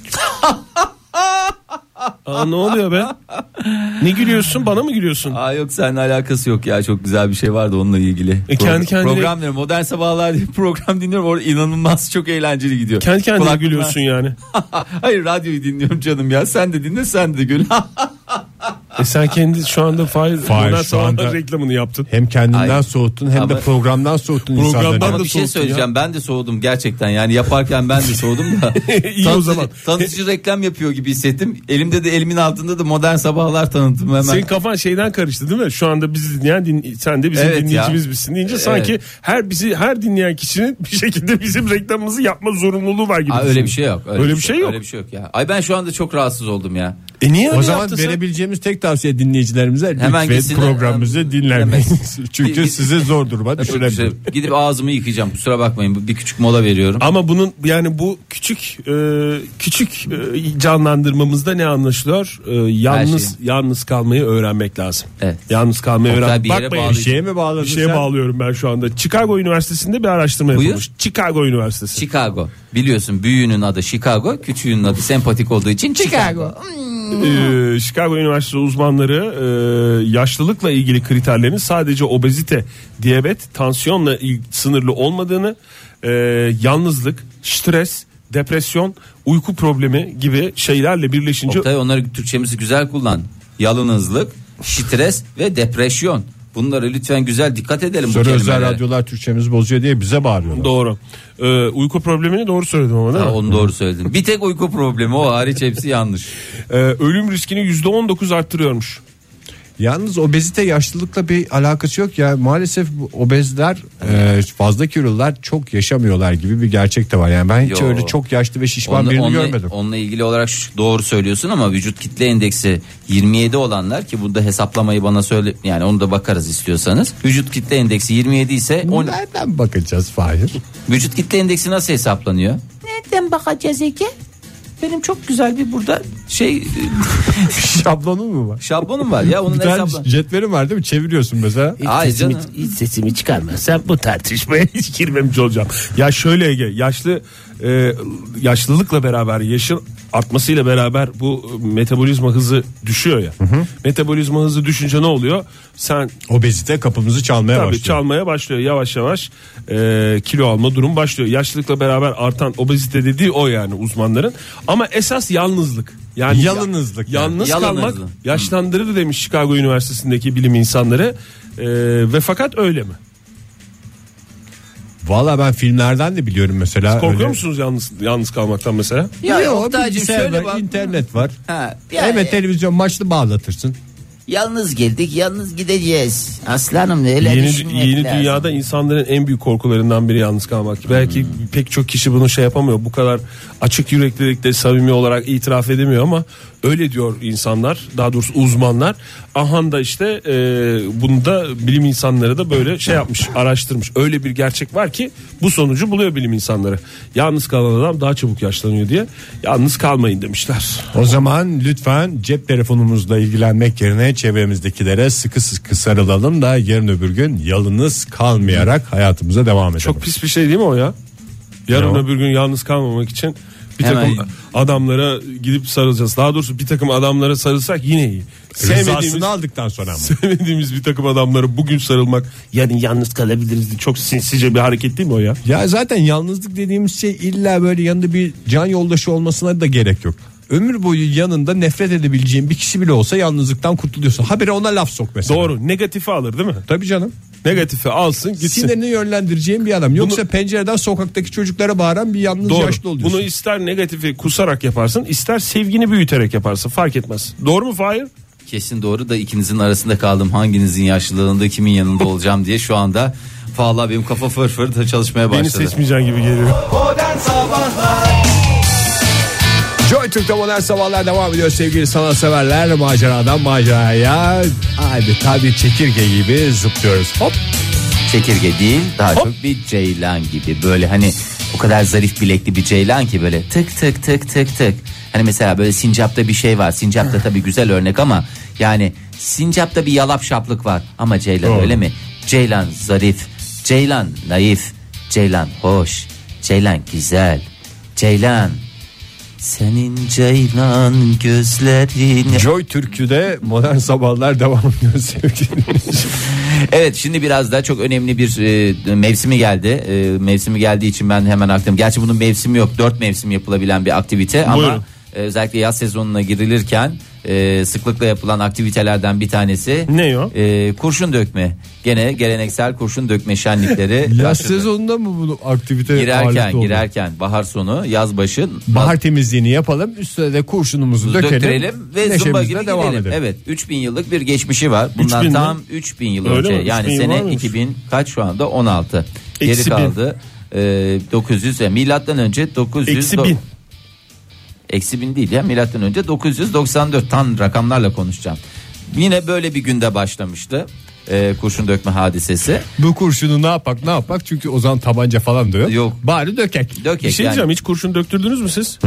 S4: Aa, ne oluyor be? Ne gülüyorsun? Bana mı gülüyorsun?
S2: Aa yok seninle alakası yok ya çok güzel bir şey vardı onunla ilgili.
S4: E, kendi kendine-
S2: Program diyorum modern sabahlar diye program dinliyorum orada inanılmaz çok eğlenceli gidiyor.
S4: Kendi kendine
S2: Kulak-
S4: gülüyorsun yani.
S2: Hayır radyoyu dinliyorum canım ya sen de dinle sen de gül.
S4: E sen kendi şu anda Fahir,
S3: Fahir
S4: Modern
S3: şu
S4: Sabahlar
S3: anda-
S4: reklamını yaptın.
S3: Hem kendinden
S2: Hayır.
S3: soğuttun hem
S2: Ama-
S3: de programdan soğuttun
S4: Programdan
S3: insanları.
S4: da
S2: Ama bir şey
S4: soğuttun
S2: söyleyeceğim ben de soğudum gerçekten yani yaparken ben de soğudum da.
S4: İyi o
S2: Tanıtıcı-
S4: zaman.
S2: Tanıtıcı reklam yapıyor gibi hissettim. Elimde de elimin altında da modern sabahlar tanıtımı hemen.
S4: Senin kafan şeyden karıştı değil mi? Şu anda bizi dinleyen din- sen de bizim
S2: Evet ya.
S4: dinleyicimiz misin deyince sanki
S2: Evet.
S4: her bizi her dinleyen kişinin bir şekilde bizim reklamımızı yapma zorunluluğu var gibi.
S2: Aa, öyle
S4: düşündüm.
S2: bir şey yok.
S4: Öyle, bir şey yok.
S2: Öyle bir şey yok ya. Ay ben şu anda çok rahatsız oldum ya.
S4: E niye öyle
S3: O zaman
S4: yaptın sen?
S3: verebileceğimiz tek tavsiye dinleyicilerimize
S2: Hemen
S3: lütfen
S2: gitsinler.
S3: programımızı dinlemeyiniz.
S2: Dinlemeyin.
S3: Çünkü
S2: Bir-
S3: sizi zor duruma
S4: şey
S3: düşürebilir.
S2: Şöyle Gidip ağzımı yıkayacağım kusura bakmayın bir küçük mola veriyorum.
S4: Ama bunun yani bu küçük e, küçük e, canlandırmamızda ne anlaşılıyor? E, yalnız yalnız kalmayı öğrenmek lazım.
S2: Evet.
S4: Yalnız kalmayı
S2: Oktay,
S4: öğrenmek.
S2: bir yere
S4: Bakmayın
S2: bağlayacağım.
S3: Şeye mi bağladın
S4: Bir şeye
S3: sen?
S4: bağlıyorum ben şu anda. Chicago Üniversitesi'nde bir araştırma
S2: Buyur.
S4: yapılmış. Chicago Üniversitesi.
S2: Chicago. Biliyorsun büyüğünün adı Chicago, küçüğünün adı sempatik olduğu için Chicago.
S4: Ee, Chicago Üniversitesi uzmanları e, yaşlılıkla ilgili kriterlerin sadece obezite, diyabet, tansiyonla il- sınırlı olmadığını, e, yalnızlık, stres, depresyon, uyku problemi gibi şeylerle birleşince
S2: Oktay onları Türkçemizi güzel kullan. Yalınızlık, stres ve depresyon. Bunlara lütfen güzel dikkat edelim bu
S3: Sonra özel
S2: kelimelere.
S3: radyolar Türkçemiz bozuyor diye bize bağırıyorlar.
S4: Doğru. Ee, uyku problemini doğru söyledim ama değil
S2: Ha,
S4: mi?
S2: onu doğru söyledin. Bir tek uyku problemi o hariç hepsi yanlış.
S4: Ee, ölüm riskini %19 arttırıyormuş.
S3: Yalnız obezite yaşlılıkla bir alakası yok ya. Maalesef bu obezler e, fazla kilolular çok yaşamıyorlar gibi bir gerçek de var. Yani ben hiç
S2: Yo.
S3: öyle çok yaşlı ve şişman
S2: Onunla-
S3: birini
S2: onunla-
S3: görmedim.
S2: Onunla ilgili olarak şu- doğru söylüyorsun ama vücut kitle endeksi 27 olanlar ki burada hesaplamayı bana söyle yani onu da bakarız istiyorsanız. Vücut kitle endeksi 27 ise on,
S3: Nereden bakacağız Fahir?
S2: vücut kitle endeksi nasıl hesaplanıyor?
S5: Nereden bakacağız Ege? Benim çok güzel bir burada
S2: Şey e,
S3: Şablonun mu var?
S2: şablonum var ya onun
S3: Bir tane
S2: hesapla.
S3: cetvelin var değil mi? Çeviriyorsun mesela.
S5: İç
S2: Ay
S5: sesimi,
S2: canım.
S5: iç sesimi çıkarmazsam bu tartışma.
S4: hiç girmemiş olacağım. Ya şöyle Ege yaşlı e, yaşlılıkla beraber yaşın artmasıyla beraber bu metabolizma hızı düşüyor ya. Metabolizma hızı düşünce ne oluyor? Sen
S3: Obezite kapımızı çalmaya
S4: tabii
S3: başlıyor.
S4: çalmaya başlıyor yavaş yavaş e, kilo alma durum başlıyor. Yaşlılıkla beraber artan obezite dediği o yani uzmanların. Ama esas yalnızlık. Yani
S3: Yalnızlık yani.
S4: Yalnız
S2: Yalnızlık.
S4: kalmak
S2: Hı.
S4: yaşlandırır demiş Chicago Üniversitesi'ndeki bilim insanları. E, ve fakat öyle mi?
S3: Valla ben filmlerden de biliyorum mesela.
S4: Korkuyor
S3: öyle-
S4: musunuz yalnız yalnız kalmaktan mesela?
S2: Ya
S3: Yok,
S2: Oktaycığım
S3: bilgisayar
S2: şöyle
S3: var,
S2: bak.
S3: internet var.
S2: Ha, ya- e-
S3: Evet televizyon maçlı bağlatırsın.
S5: yalnız geldik yalnız gideceğiz. Aslanım öyle
S4: Yeni,
S5: düşünmek
S4: yeni
S5: lazım.
S4: dünyada insanların en büyük korkularından biri yalnız kalmak. Belki pek çok kişi bunu şey yapamıyor. Bu kadar açık yüreklilikle samimi olarak itiraf edemiyor ama öyle diyor insanlar. Daha doğrusu uzmanlar. Ahan da işte e, bunu da bilim insanları da böyle şey yapmış, araştırmış. Öyle bir gerçek var ki bu sonucu buluyor bilim insanları. Yalnız kalan adam daha çabuk yaşlanıyor diye. Yalnız kalmayın demişler.
S3: O zaman lütfen cep telefonumuzla ilgilenmek yerine çevremizdekilere sıkı sıkı sarılalım da yarın öbür gün yalnız kalmayarak hayatımıza devam edelim.
S4: Çok pis bir şey değil mi o ya? Yarın
S3: Ne o?
S4: öbür gün yalnız kalmamak için bir takım
S2: Hemen-
S4: adamlara gidip sarılacağız. Daha doğrusu bir takım adamlara sarılsak yine iyi. Sevmediğimiz,
S3: Rızasını aldıktan sonra ama.
S4: sevmediğimiz bir takım adamlara bugün sarılmak yarın yalnız kalabiliriz. Çok sinsice bir hareket değil mi o ya?
S3: Ya zaten yalnızlık dediğimiz şey illa böyle yanında bir can yoldaşı olmasına da gerek yok. Ömür boyu yanında nefret edebileceğin bir kişi bile olsa yalnızlıktan kurtuluyorsun. Habire ona laf sok mesela.
S4: Doğru. Negatifi alır değil mi?
S3: Tabii canım.
S4: Negatifi alsın gitsin.
S3: Sinirini yönlendireceğin bir adam. Yoksa pencereden sokaktaki çocuklara bağıran bir yalnız
S4: Doğru.
S3: yaşlı oluyorsun.
S4: Bunu ister negatifi kusarak yaparsın, ister sevgini büyüterek yaparsın. Fark etmez. Doğru mu Fahir?
S2: Kesin doğru da ikinizin arasında kaldım. Hanginizin yaşlılığında kimin yanında olacağım diye şu anda Valla benim kafa fır fır da çalışmaya
S4: Beni
S2: başladı.
S4: seçmeyeceğin gibi geliyor.
S3: Joy Türk'te modern sabahlar devam ediyor sevgili sanatseverler. Maceradan maceraya adeta bir çekirge gibi zıplıyoruz. Hop
S2: Çekirge değil daha çok bir ceylan gibi böyle hani o kadar zarif bilekli bir ceylan ki böyle tık tık tık tık tık. Hani mesela böyle sincapta bir şey var. Sincapta tabii güzel örnek ama yani sincapta bir yalap şaplık var. Ama ceylan öyle mi? Ceylan zarif, ceylan naif, ceylan hoş, ceylan güzel, ceylan senin ceylan gözlerin
S3: Joy Türk'te modern sabahlar devam ediyor sevgili
S2: Evet şimdi biraz daha çok önemli bir e, mevsimi geldi. E, mevsimi geldiği için ben hemen aklım. Gerçi bunun mevsimi yok. Dört mevsim yapılabilen bir aktivite ama
S4: Buyurun.
S2: e, özellikle yaz sezonuna girilirken e, sıklıkla yapılan aktivitelerden bir tanesi.
S4: Ne o?
S2: E, kurşun dökme. Gene geleneksel kurşun dökme şenlikleri.
S3: Yaz
S2: başladı.
S3: sezonunda mı bunu aktivite
S2: girerken
S3: ağırlıklı oldu?
S2: girerken bahar sonu yaz başı
S3: Bahar temizliğini yapalım üstüne de kurşunumuzu dökelim,
S2: ve zumba
S3: neşemizle
S2: gibi
S3: devam
S2: gidelim.
S3: edelim.
S2: Evet 3000 yıllık bir geçmişi var.
S4: 3000
S2: Bundan
S4: mi?
S2: tam 3000 yıl
S4: Öyle
S2: önce.
S4: mi?
S2: Yani
S4: 3000 yıl
S2: sene
S4: varmış.
S2: 2000 kaç şu anda 16. Geri
S4: Eksi bin.
S2: kaldı. Ee, 900 ve milattan önce 900
S4: Eksi
S2: do-
S4: bin.
S2: Eksi bin değil ya milattan önce 994 tam rakamlarla konuşacağım. Yine böyle bir günde başlamıştı. ee, kurşun dökme hadisesi.
S3: Bu kurşunu ne yapak ne yapak çünkü o zaman tabanca falan da yok.
S2: Yok.
S3: Bari dökek.
S2: Dökek
S4: Bir şey
S2: yani,
S4: diyeceğim hiç kurşun döktürdünüz mü siz?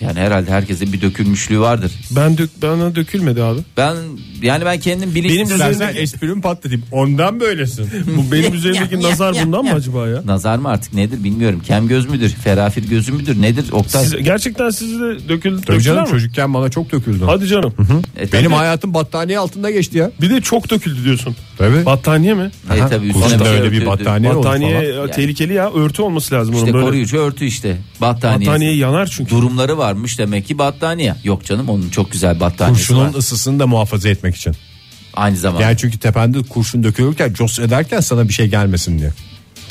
S2: yani herhalde herkesin bir dökülmüşlüğü vardır.
S4: Ben dök, bana dökülmedi abi.
S2: Ben yani ben kendim
S4: Benim
S2: bilinçsiz
S3: İstersen esprim patlatayım. Ondan böylesin.
S4: Bu benim üzerimdeki nazar bundan mı acaba ya?
S2: Nazar mı artık nedir bilmiyorum. Kem göz müdür? Ferafir gözü müdür? Nedir? Oktay.
S4: Siz, gerçekten sizi de dökül,
S3: Tabii
S4: döktüler
S3: canım
S4: mi?
S3: çocukken bana çok döküldü.
S4: Hadi canım.
S2: E, tabii.
S3: Benim hayatım battaniye altında geçti ya.
S4: Bir de çok döküldü diyorsun.
S3: Tabii.
S4: Battaniye mi?
S2: E,
S3: Aha,
S2: tabii, üstüne bir
S3: kurşunda
S2: şey
S3: öyle bir
S2: örtüldü.
S3: battaniye, oldu
S4: battaniye
S3: falan.
S4: e, tehlikeli ya. Örtü olması lazım
S2: İşte
S4: onun böyle.
S2: koruyucu örtü işte. Battaniye.
S4: Battaniye yanar çünkü.
S2: Durumları varmış demek ki battaniye. Yok canım onun çok güzel battaniyesi
S3: Kurşunun
S2: var.
S3: ısısını da muhafaza etmek için.
S2: aynı zamanda.
S3: Yani çünkü tepende kurşun dökülürken cos ederken sana bir şey gelmesin diye.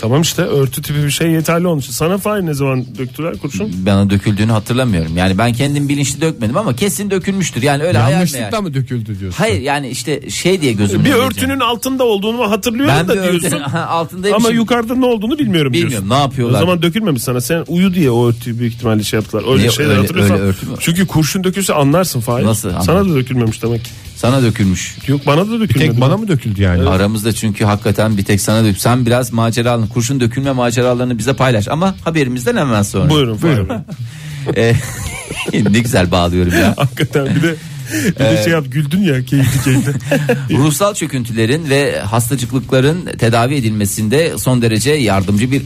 S4: Tamam işte örtü tipi bir şey yeterli onun için. Sana fail ne zaman döktüler kurşun?
S2: Bana döküldüğünü hatırlamıyorum. Yani ben kendim bilinçli dökmedim ama kesin dökülmüştür. Yani öyle hayal meyal.
S3: Yanlışlıkla mı döküldü diyorsun?
S2: Hayır yani işte şey diye gözümün
S4: Bir
S2: önüne
S4: örtünün altında olduğunu hatırlıyorum
S2: Ben bir
S4: da
S2: örtünün
S4: diyorsun.
S2: altındaymışım.
S4: Ama yukarıda ne olduğunu bilmiyorum,
S2: Bilmiyorum,
S4: diyorsun.
S2: ne
S4: O
S2: yapıyorlar?
S4: zaman dökülmemiş sana. Sen uyu diye o örtüyü büyük ihtimalle şey yaptılar. Öyle
S2: Ne,
S4: şeyler
S2: öyle-
S4: hatırlıyorsan.
S2: öyle örtü mü?
S4: Çünkü kurşun dökülse anlarsın Fahir.
S2: Nasıl
S4: Sana
S2: anlarım?
S4: da dökülmemiş demek ki.
S2: sana dökülmüş.
S4: Yok bana da dökülmedi.
S3: Tek bana mı döküldü yani?
S2: Aramızda çünkü hakikaten bir tek sana dökülmüş. Sen biraz maceralarını, kurşun dökülme maceralarını bize paylaş. Ama haberimizden hemen sonra.
S4: Buyurun Fahir.
S2: Eh, ne güzel bağlıyorum ya.
S4: Hakikaten bir de bir de
S2: Ee,
S4: şey yap güldün ya keyifli keyifli.
S2: Ruhsal çöküntülerin ve hastacıklıkların tedavi edilmesinde son derece yardımcı bir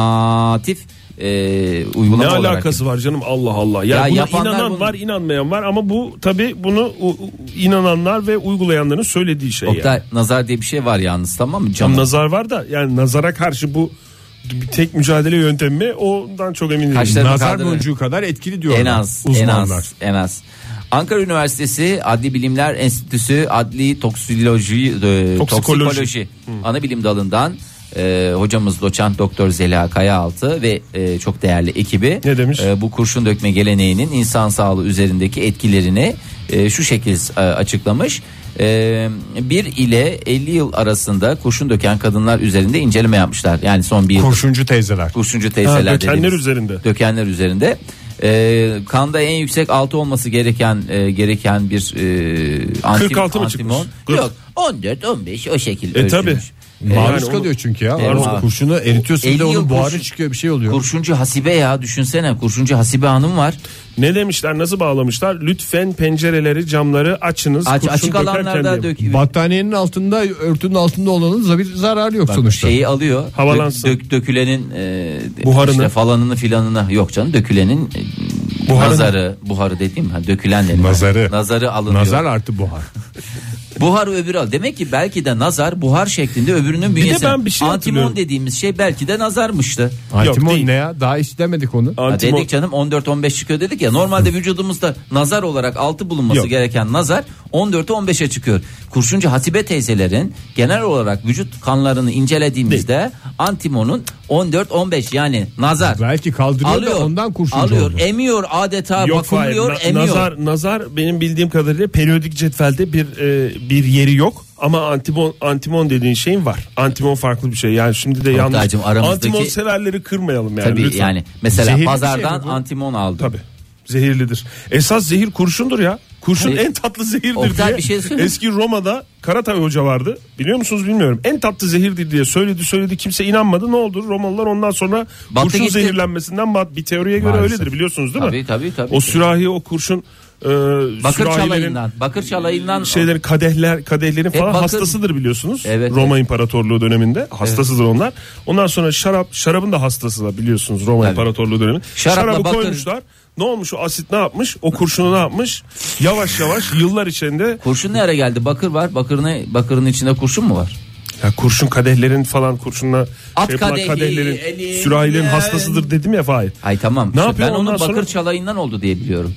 S2: alternatif eh, uygulama
S4: ne
S2: olarak.
S4: alakası var canım Allah Allah. Ya,
S2: Ya
S4: buna
S2: yapanlar
S4: inanan
S2: bunu-
S4: var inanmayan var ama bu tabi bunu u- u- inananlar ve uygulayanların söylediği şey. yani.
S2: Oktay, nazar diye bir şey var yalnız tamam mı? Cama.
S4: Tam nazar var da yani nazara karşı bu bir tek mücadele yöntemi mi? ondan çok emin değilim.
S2: Kaşlarını
S3: Nazar
S2: kaldırarak.
S3: boncuğu kadar etkili diyorlar.
S2: En az, en
S3: uzmanlar.
S2: az, en az. Ankara Üniversitesi Adli Bilimler Enstitüsü Adli Toksikoloji e,
S4: Toksikoloji.
S2: Toksikoloji ana bilim dalından e, hocamız doçent doktor Zeliha Kayaaltı ve e, çok değerli ekibi
S4: Ne demiş?
S2: e, bu kurşun dökme geleneğinin insan sağlığı üzerindeki etkilerini e, şu şekil e, açıklamış. E, 1 ile 50 yıl arasında kurşun döken kadınlar üzerinde inceleme yapmışlar. Yani son bir yıl
S3: Kurşuncu teyzeler.
S2: kurşuncu teyzeler
S4: Ha, dökenler
S2: dediğimiz-
S4: üzerinde.
S2: Dökenler üzerinde. Ee, kanda en yüksek 6 olması gereken e, gereken bir e, antim,
S4: 46 mı çıkmış?
S2: antimon.
S4: Kırk.
S2: Yok 14 15 o şekilde.
S4: E tabi.
S3: Maruz
S4: Yani
S3: kalıyor çünkü ya.
S2: Evet,
S3: Maruz
S2: abi.
S3: kurşunu eritiyorsun bir de
S2: 50 yıl
S3: onun buharı
S2: kurşun-
S3: çıkıyor bir şey oluyor.
S2: Kurşuncu Hasibe ya düşünsene kurşuncu Hasibe Hanım var.
S4: Ne demişler nasıl bağlamışlar? Lütfen pencereleri camları açınız.
S2: Aç,
S4: kurşun
S2: açık
S4: dökerken diye.
S2: alanlarda dök,
S3: Battaniyenin altında örtünün altında olanın da bir zararı yok sonuçta.
S2: şeyi alıyor. dök-
S4: Havalansın.
S2: dök- dökülenin e,
S4: Buharını.
S2: işte falanını filanını yok canım dökülenin e,
S4: Buharını.
S2: nazarı buharı dediğim ha dökülen dedim.
S3: Nazarı.
S2: Nazarı alınıyor.
S3: Nazar artı buhar.
S2: Buhar öbürü al. Demek ki belki de nazar buhar şeklinde öbürünün bünyesine.
S4: ben bir şey
S2: Antimon
S4: hatırlıyorum.
S2: dediğimiz şey belki de nazarmıştı.
S3: Antimon
S4: değil.
S3: ne ya? Daha hiç demedik onu.
S2: Ha,
S4: Antimon-
S2: dedik canım 14-15 çıkıyor dedik ya. Normalde vücudumuzda nazar olarak 6 bulunması
S4: Yok.
S2: gereken nazar 14'e 15'e çıkıyor. Kurşuncu Hatibe teyzelerin genel olarak vücut kanlarını incelediğimizde antimonun 14-15 yani nazar.
S3: Belki kaldırıyor da
S2: alıyor,
S3: ondan kurşuncu
S2: alıyor, E-
S3: oldu.
S2: emiyor adeta
S4: Yok hayır.
S2: bakımlıyor,
S4: Na-
S2: emiyor.
S4: nazar nazar benim bildiğim kadarıyla periyodik cetvelde bir e, bir yeri yok ama antimon antimon dediğin şeyin var. Antimon farklı bir şey. Yani şimdi de yanlış.
S2: Oktaycığım, aramızdaki-
S4: Antimon severleri kırmayalım yani.
S2: Tabii
S4: lütfen.
S2: yani mesela
S4: Zehirli bir şey
S2: pazardan
S4: mi bu?
S2: antimon aldım.
S4: Tabii. Zehirlidir. Esas zehir kurşundur ya. Kurşun
S2: Hayır.
S4: en tatlı zehirdir
S2: Oktay
S4: diye.
S2: bir şey söyle.
S4: Eski Roma'da Karatay Hoca vardı. Biliyor musunuz bilmiyorum. En tatlı zehirdir diye söyledi söyledi kimse inanmadı. Ne oldu? Romalılar ondan sonra
S2: Batı
S4: kurşun
S2: gitti.
S4: zehirlenmesinden bat- bir teoriye göre
S3: Maalesef.
S4: öyledir biliyorsunuz değil mi?
S2: Tabii, tabii, tabii.
S4: O sürahi o kurşun e,
S2: Bakır
S4: sürahilerin-
S2: çalayından, bakır çalayından
S4: şeylerin Ee, kadehler kadehlerin falan
S2: bakır-
S4: hastasıdır biliyorsunuz.
S2: E, Evet,
S4: Roma İmparatorluğu döneminde hastasıdır onlar. Ondan sonra şarap şarabın da hastası da biliyorsunuz Roma
S2: Tabii.
S4: İmparatorluğu döneminde.
S2: Şarapla
S4: Şarabı
S2: bakır-
S4: koymuşlar. Ne olmuş o asit ne yapmış? O kurşunu ne yapmış? Yavaş yavaş yıllar içinde
S2: Kurşun ne ara geldi? Bakır var. Bakır ne? Bakırın içinde kurşun mu var?
S4: ya kurşun kadehlerin falan kurşunla
S2: At
S4: şey yapılan
S2: kadehi,
S4: kadehlerin
S2: elin,
S4: sürahilerin
S2: elin.
S4: hastasıdır dedim ya Fahir.
S2: Ay tamam.
S4: Ne
S2: İşte
S4: yapıyor
S2: ben onun
S4: ondan
S2: bakır
S4: sonra?
S2: çalayından oldu diye biliyorum.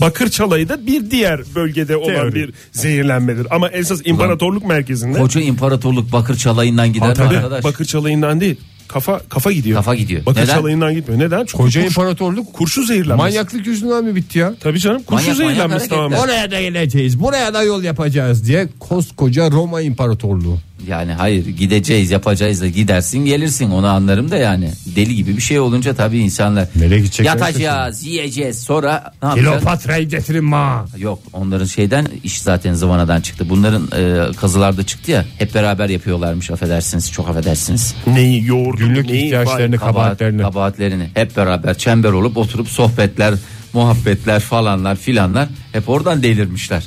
S4: Bakır çalayı da bir diğer bölgede olan
S3: Teori.
S4: bir zehirlenmedir. Ama esas imparatorluk merkezinde
S2: Koca imparatorluk bakır çalayından gider mi
S4: Tabii,
S2: arkadaş?
S4: Bakır çalayından değil. Kafa kafa gidiyor.
S2: Kafa gidiyor.
S4: Bakır
S2: Neden?
S4: çalayından gitmiyor. Neden? Çünkü
S3: Koca
S4: kurşun-
S3: imparatorluk
S4: kurşun zehirlenmesi.
S3: manyaklık yüzünden mi bitti ya?
S4: Tabii canım kurşun
S2: Manyak, manyak
S4: zehirlenmesi
S2: hareketler.
S4: tamamen.
S3: Oraya da geleceğiz. Buraya da yol yapacağız diye koskoca Roma İmparatorluğu.
S2: Yani hayır gideceğiz yapacağız da gidersin gelirsin onu anlarım da yani. Deli gibi bir şey olunca tabii insanlar.
S3: Nereye gidecekler
S2: Yatacağız yiyeceğiz sonra ne yapacağız?
S3: Kleopatra'yı getirin ma.
S2: Yok onların şeyden iş zaten zıvanadan çıktı. Bunların e, kazılarda çıktı ya hep beraber yapıyorlarmış affedersiniz çok affedersiniz.
S4: Neyi yoğurdu?
S3: Günlük
S4: neyi
S3: ihtiyaçlarını,
S2: Kabahat-
S3: kabahatlerini.
S2: kabahatlerini hep beraber çember olup oturup sohbetler, muhabbetler falanlar filanlar hep oradan delirmişler.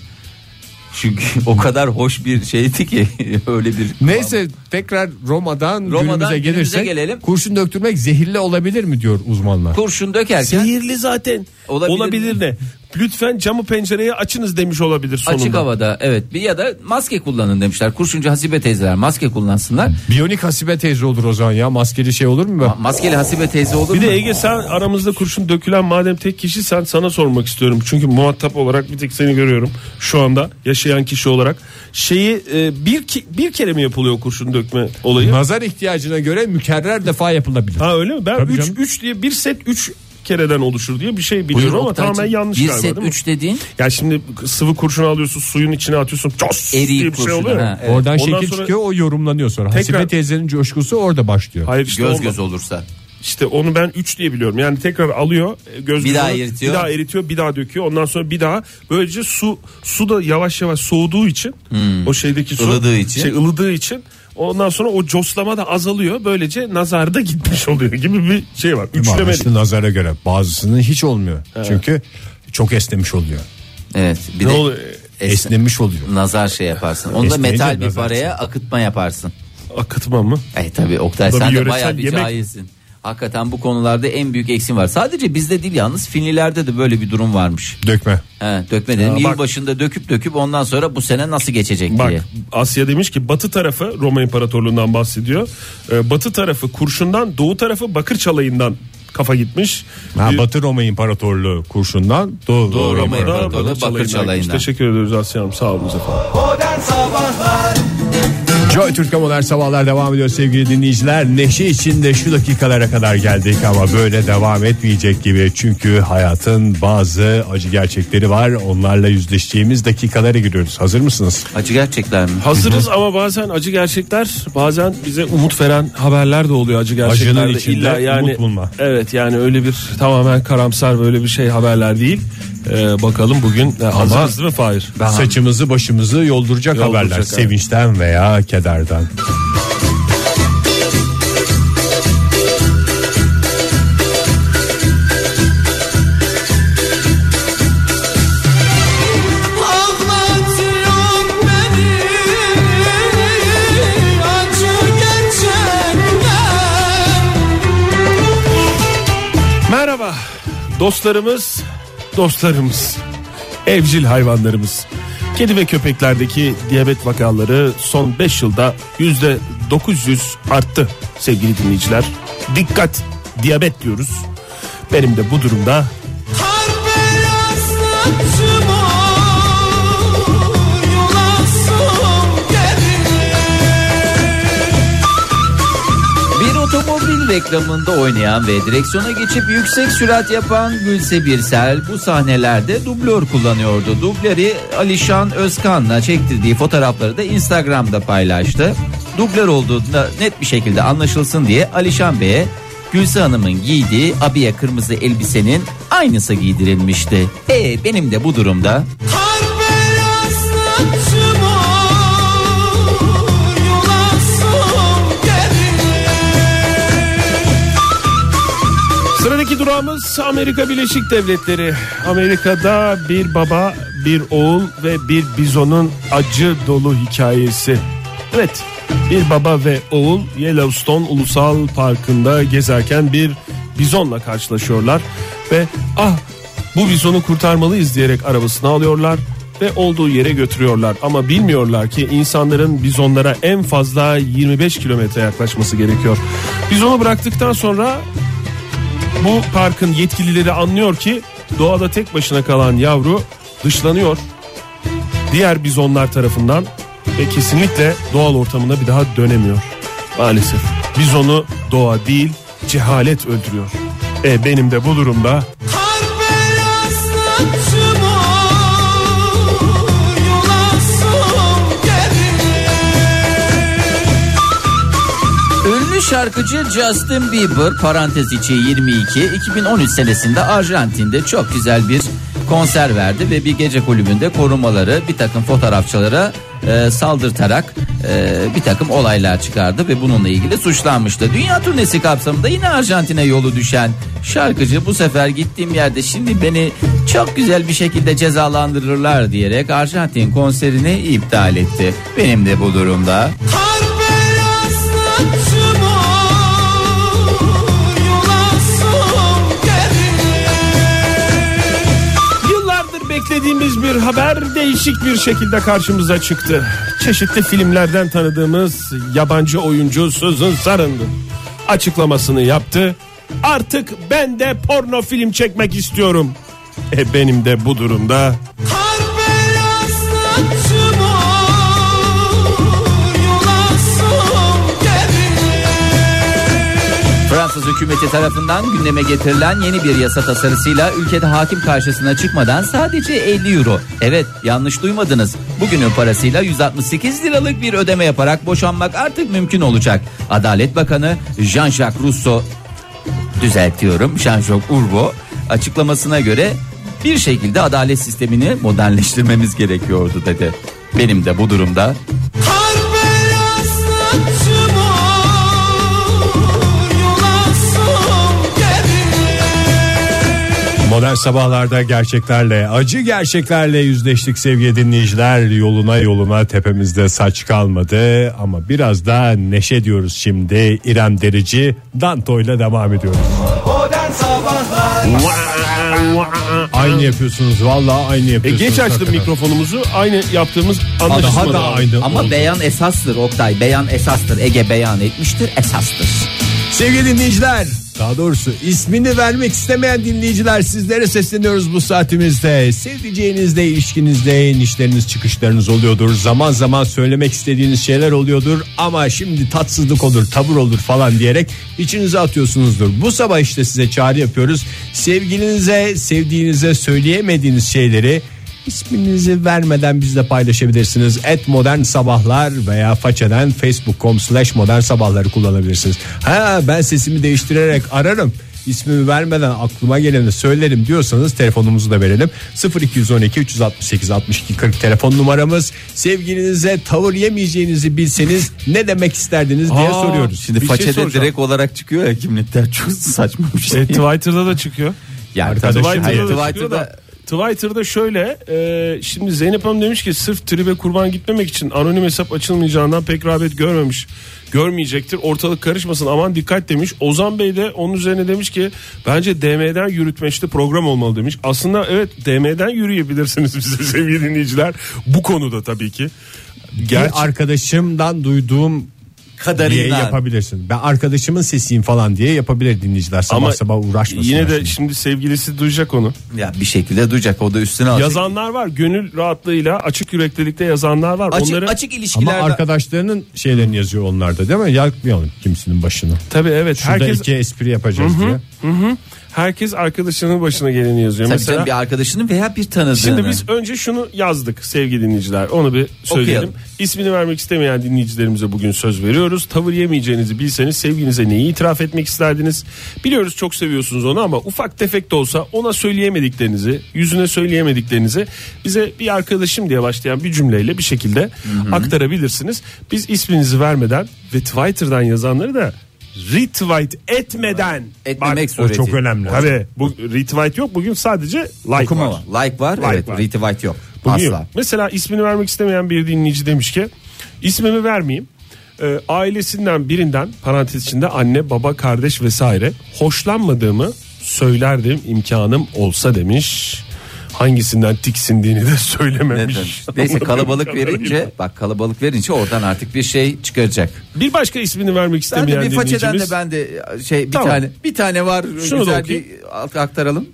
S2: Çünkü o kadar hoş bir şeydi ki öyle bir
S3: Neyse tekrar
S2: Roma'dan
S3: Roma'dan,
S2: günümüze
S3: günümüze gelirsek
S2: gelelim.
S3: kurşun döktürmek zehirli olabilir mi diyor uzmanlar.
S2: kurşun dökerken
S4: Zehirli zaten.
S2: Olabilir
S4: Olabilir,
S2: mi?
S4: de. lütfen camı pencereyi açınız demiş olabilir sonunda.
S2: Açık havada evet bir ya da maske kullanın demişler. Kurşuncu hasibe teyzeler maske kullansınlar.
S3: Biyonik hasibe teyze olur o zaman ya. Maskeli şey olur mu? be?
S2: Ma- Maskeli hasibe teyze olur
S4: Bir
S2: mu?
S4: de Ege sen aramızda kurşun dökülen madem tek kişi sen sana sormak istiyorum. Çünkü muhatap olarak bir tek seni görüyorum şu anda yaşayan kişi olarak. Şeyi e, bir ki- bir kere mi yapılıyor kurşun dökme olayı?
S3: Nazar ihtiyacına göre mükerrer defa yapılabilir.
S4: Ha öyle mi? Ben
S3: Tabii
S4: 3
S3: canım.
S4: 3 diye bir set 3 kereden oluşur diye bir şey biliyorum
S2: Buyur
S4: ama
S2: Oktaycığım.
S4: tamamen yanlış
S2: Bir
S4: galiba
S2: set
S4: değil mi?
S2: 3 dediğin
S4: Ya şimdi sıvı kurşun alıyorsun suyun içine atıyorsun. Cos diye
S2: eriği
S4: bir şey
S2: kurşunu.
S4: oluyor.
S2: ha, evet.
S3: Oradan
S4: Ondan
S3: şekil
S4: sonra-
S3: çıkıyor o yorumlanıyor sonra. Hasibe teyzenin coşkusu orada başlıyor.
S4: Hayır işte
S2: Göz
S4: olmaz.
S2: göz olursa.
S4: İşte onu ben 3 diye biliyorum. Yani tekrar alıyor, e, göz
S2: Bir
S4: göz
S2: daha
S4: alıyor,
S2: eritiyor.
S4: bir daha eritiyor, bir daha döküyor. Ondan sonra bir daha böylece su su da yavaş yavaş soğuduğu için o şeydeki su
S2: Hmm. Ilıdığı için.
S4: şey ılıdığı için ondan sonra o coslama da azalıyor. Böylece nazarda gitmiş oluyor gibi bir şey var.
S3: Ama
S4: Üçleme.
S3: işte nazara göre bazısının hiç olmuyor. Çünkü çok esnemiş oluyor.
S2: Evet bir
S4: Ne
S2: de
S4: oluyor?
S2: esne-
S3: Esnemiş oluyor.
S2: nazar şey yaparsın. Onu da
S3: Esneyince
S2: metal bir
S3: nazar
S2: paraya
S4: şey.
S2: akıtma yaparsın.
S4: Akıtma mı?
S2: E tabi Oktay
S4: Tabii
S2: sen de
S4: yöresel
S2: bayağı bir
S4: yemek.
S2: cahilsin. Hakikaten bu konularda en büyük eksin var. Sadece bizde değil yalnız Finlilerde de böyle bir durum varmış.
S3: Dökme.
S2: He, dökme dedim.
S4: Ya bak.
S2: Yılbaşında döküp döküp ondan sonra bu sene nasıl geçecek
S4: Bak
S2: diye.
S4: Asya demiş ki batı tarafı Roma İmparatorluğu'ndan bahsediyor. Ee, batı tarafı kurşundan, doğu tarafı bakır çalayından kafa gitmiş.
S3: Ha,
S4: Bir-
S3: Batı Roma İmparatorluğu kurşundan Doğu, Doğu Roma
S2: Roma
S3: İmparatorluğu.
S4: Doğru, Bakır
S2: Bakır Çalayı'ndan.
S4: Çalayı'ndan. Teşekkür ediyoruz Asya Hanım sağ olun efendim.
S3: Joy Türk'e modern sabahlar devam ediyor sevgili dinleyiciler. Neşe içinde şu dakikalara kadar geldik ama böyle devam etmeyecek gibi. Çünkü hayatın bazı acı gerçekleri var. Onlarla yüzleşeceğimiz dakikalara giriyoruz. Hazır mısınız?
S2: Acı gerçekler mi?
S4: Hazırız ama bazen acı gerçekler bazen bize umut veren haberler de oluyor acı gerçeklerde.
S3: Acının içinde
S4: İlla yani,
S3: umut bulma.
S4: Evet yani öyle bir tamamen karamsar böyle bir şey haberler değil. Ee, bakalım bugün e, hazırız mı Fahir?
S3: Saçımızı başımızı yolduracak,
S4: Yolduracak
S3: haberler.
S4: evet.
S3: Sevinçten veya kederden.
S4: Merhaba dostlarımız, dostlarımız, evcil hayvanlarımız. Kedi ve köpeklerdeki diyabet vakaları son 5 yılda yüzde %900 arttı sevgili dinleyiciler. Dikkat diyabet diyoruz. Benim de bu durumda
S2: Bir otomobil reklamında oynayan ve direksiyona geçip yüksek sürat yapan Gülse Birsel bu sahnelerde dublör kullanıyordu. Dublörü Alişan Özkan'la çektirdiği fotoğrafları da Instagram'da paylaştı. Dublör olduğunda net bir şekilde anlaşılsın diye Alişan Bey'e Gülse Hanım'ın giydiği abiye kırmızı elbisenin aynısı giydirilmişti. E benim de bu durumda
S4: Sıradaki durağımız Amerika Birleşik Devletleri. Amerika'da bir baba, bir oğul ve bir bizonun acı dolu hikayesi. Evet, bir baba ve oğul Yellowstone Ulusal Parkı'nda gezerken bir bizonla karşılaşıyorlar ve ah bu bizonu kurtarmalıyız diyerek arabasına alıyorlar ve olduğu yere götürüyorlar. Ama bilmiyorlar ki insanların bizonlara en fazla 25 kilometre yaklaşması gerekiyor. Bizonu bıraktıktan sonra bu parkın yetkilileri anlıyor ki doğada tek başına kalan yavru dışlanıyor. Diğer bizonlar tarafından ve kesinlikle doğal ortamına bir daha dönemiyor. Maalesef bizonu doğa değil cehalet öldürüyor. E benim de bu durumda
S2: Ünlü şarkıcı Justin Bieber parantez içi 22 2013 senesinde Arjantin'de çok güzel bir konser verdi ve bir gece kulübünde korumaları bir takım fotoğrafçılara e, saldırtarak e, bir takım olaylar çıkardı ve bununla ilgili suçlanmıştı. Dünya turnesi kapsamında yine Arjantin'e yolu düşen şarkıcı bu sefer gittiğim yerde şimdi beni çok güzel bir şekilde cezalandırırlar diyerek Arjantin konserini iptal etti. Benim de bu durumda
S4: Yıllardır bir haber değişik bir şekilde karşımıza çıktı. Çeşitli filmlerden tanıdığımız yabancı oyuncu Susan Sarandon açıklamasını yaptı. Artık ben de porno film çekmek istiyorum. E benim de bu durumda
S7: Kar beyaz saçıma yolasım gelir
S2: Fransız hükümeti tarafından gündeme getirilen yeni bir yasa tasarısıyla ülkede hakim karşısına çıkmadan sadece 50 euro. Evet yanlış duymadınız. Bugünün parasıyla 168 liralık bir ödeme yaparak boşanmak artık mümkün olacak. Adalet Bakanı Jean-Jacques Rousseau düzeltiyorum Jean-Jacques Urbo açıklamasına göre bir şekilde adalet sistemini modernleştirmemiz gerekiyordu dedi. Benim de bu durumda
S7: Kar beyaz saçıma yolasım gelir
S3: Modern sabahlarda gerçeklerle, acı gerçeklerle yüzleştik sevgili dinleyiciler. Yoluna yoluna tepemizde saç kalmadı ama biraz daha neşe diyoruz şimdi. İrem Derici, Danto ile devam ediyoruz. Aynı yapıyorsunuz valla aynı
S4: E
S3: yapıyorsunuz.
S4: geç açtım
S3: hakikaten.
S4: mikrofonumuzu. Aynı yaptığımız anlaşılmadı.
S3: Daha da aynı.
S2: ama
S3: oldu.
S2: beyan esastır Oktay beyan esastır Ege beyan etmiştir esastır.
S3: Sevgili dinleyiciler daha doğrusu ismini vermek istemeyen dinleyiciler sizlere sesleniyoruz bu saatimizde. Sevdiceğinizle, ilişkinizde inişleriniz çıkışlarınız oluyordur. Zaman zaman söylemek istediğiniz şeyler oluyordur. Ama şimdi tatsızlık olur, tabur olur falan diyerek içinize atıyorsunuzdur. Bu sabah işte size çağrı yapıyoruz. Sevgilinize, sevdiğinize söyleyemediğiniz şeyleri İsminizi vermeden bizle paylaşabilirsiniz. Et modern sabahlar veya façeden facebook.com slash modern sabahları kullanabilirsiniz. Ha ben sesimi değiştirerek ararım. İsmimi vermeden aklıma geleni söylerim diyorsanız telefonumuzu da verelim. 0212 368 62 40 telefon numaramız. Sevgilinize tavır yemeyeceğinizi bilseniz ne demek isterdiniz diye
S4: Aa,
S3: soruyoruz.
S2: Şimdi
S4: Bir şey
S2: façede
S4: soracağım.
S2: direkt olarak çıkıyor ya kimlikler çok saçma bir şey.
S4: E, Twitter'da da çıkıyor.
S2: yani
S3: arkadaşım,
S2: tabii, hayır,
S4: Twitter'da da çıkıyor
S2: Twitter'da
S4: da. Twitter'da şöyle e, şimdi Zeynep Hanım demiş ki sırf tribe kurban gitmemek için anonim hesap açılmayacağından pek rağbet görmemiş. Görmeyecektir ortalık karışmasın aman dikkat demiş. Ozan Bey de onun üzerine demiş ki bence DM'den yürütmeçli program olmalı demiş. Aslında evet DM'den yürüyebilirsiniz bize sevgili dinleyiciler. Bu konuda tabii ki.
S3: Bir
S4: Gerçi
S3: arkadaşımdan duyduğum diye
S2: kadarıyla
S3: yapabilirsin. Ben arkadaşımın sesiyim falan diye yapabilir dinleyiciler. Sabah
S4: ama
S3: sabah şey. uğraşmasınlar.
S4: yine de
S3: şimdi.
S4: şimdi sevgilisi duyacak onu.
S2: ya bir şekilde duyacak o da üstüne alacak.
S4: Yazanlar var. Gönül rahatlığıyla açık yüreklilikte yazanlar var.
S2: açık,
S4: Onları
S2: açık
S3: Ama
S2: ilişkilerde
S3: arkadaşlarının şeylerini yazıyor onlarda değil mi? Yakmayalım kimsinin başını.
S4: tabii evet
S3: Şurada
S4: herkes
S3: iki espri yapacağız diye.
S4: herkes arkadaşının başına geleni yazıyor.
S2: Tabii
S4: Mesela
S2: canım bir arkadaşının veya bir tanıdığını.
S4: şimdi biz önce şunu yazdık sevgili dinleyiciler. Onu bir söyleyelim.
S2: Okuyalım.
S4: İsmini vermek istemeyen dinleyicilerimize bugün söz veriyoruz. Tavır yemeyeceğinizi bilseniz sevginize neyi itiraf etmek isterdiniz? Biliyoruz çok seviyorsunuz onu ama ufak tefek de olsa ona söyleyemediklerinizi, yüzüne söyleyemediklerinizi bize bir arkadaşım diye başlayan bir cümleyle bir şekilde aktarabilirsiniz. Biz isminizi vermeden ve Twitter'dan yazanları da retweet etmeden
S2: etmemek
S4: Bak, o
S2: sureti.
S3: çok önemli.
S4: Tabii bu retweet yok bugün sadece like
S2: Okuma
S4: var.
S2: var. Like var.
S4: Like
S2: evet.
S4: var.
S2: Retweet yok.
S4: Bugün yok.
S2: Asla.
S4: Mesela ismini vermek istemeyen bir dinleyici demiş ki ismimi vermeyeyim. Ee, ailesinden birinden parantez içinde anne baba kardeş vesaire hoşlanmadığımı söylerdim imkanım olsa demiş. Hangisinden tiksindiğini de söylememiş.
S2: Neden? Neyse kalabalık verince bak kalabalık verince oradan artık bir şey çıkaracak.
S4: Bir başka ismini vermek
S2: Ben
S4: istemeyen
S2: de bir façeden de
S4: dinleyicimiz.
S2: ben de şey bir
S4: Tamam.
S2: tane bir tane var
S4: Şunu da
S2: güzel bir
S4: okuyayım.
S2: alt- aktaralım.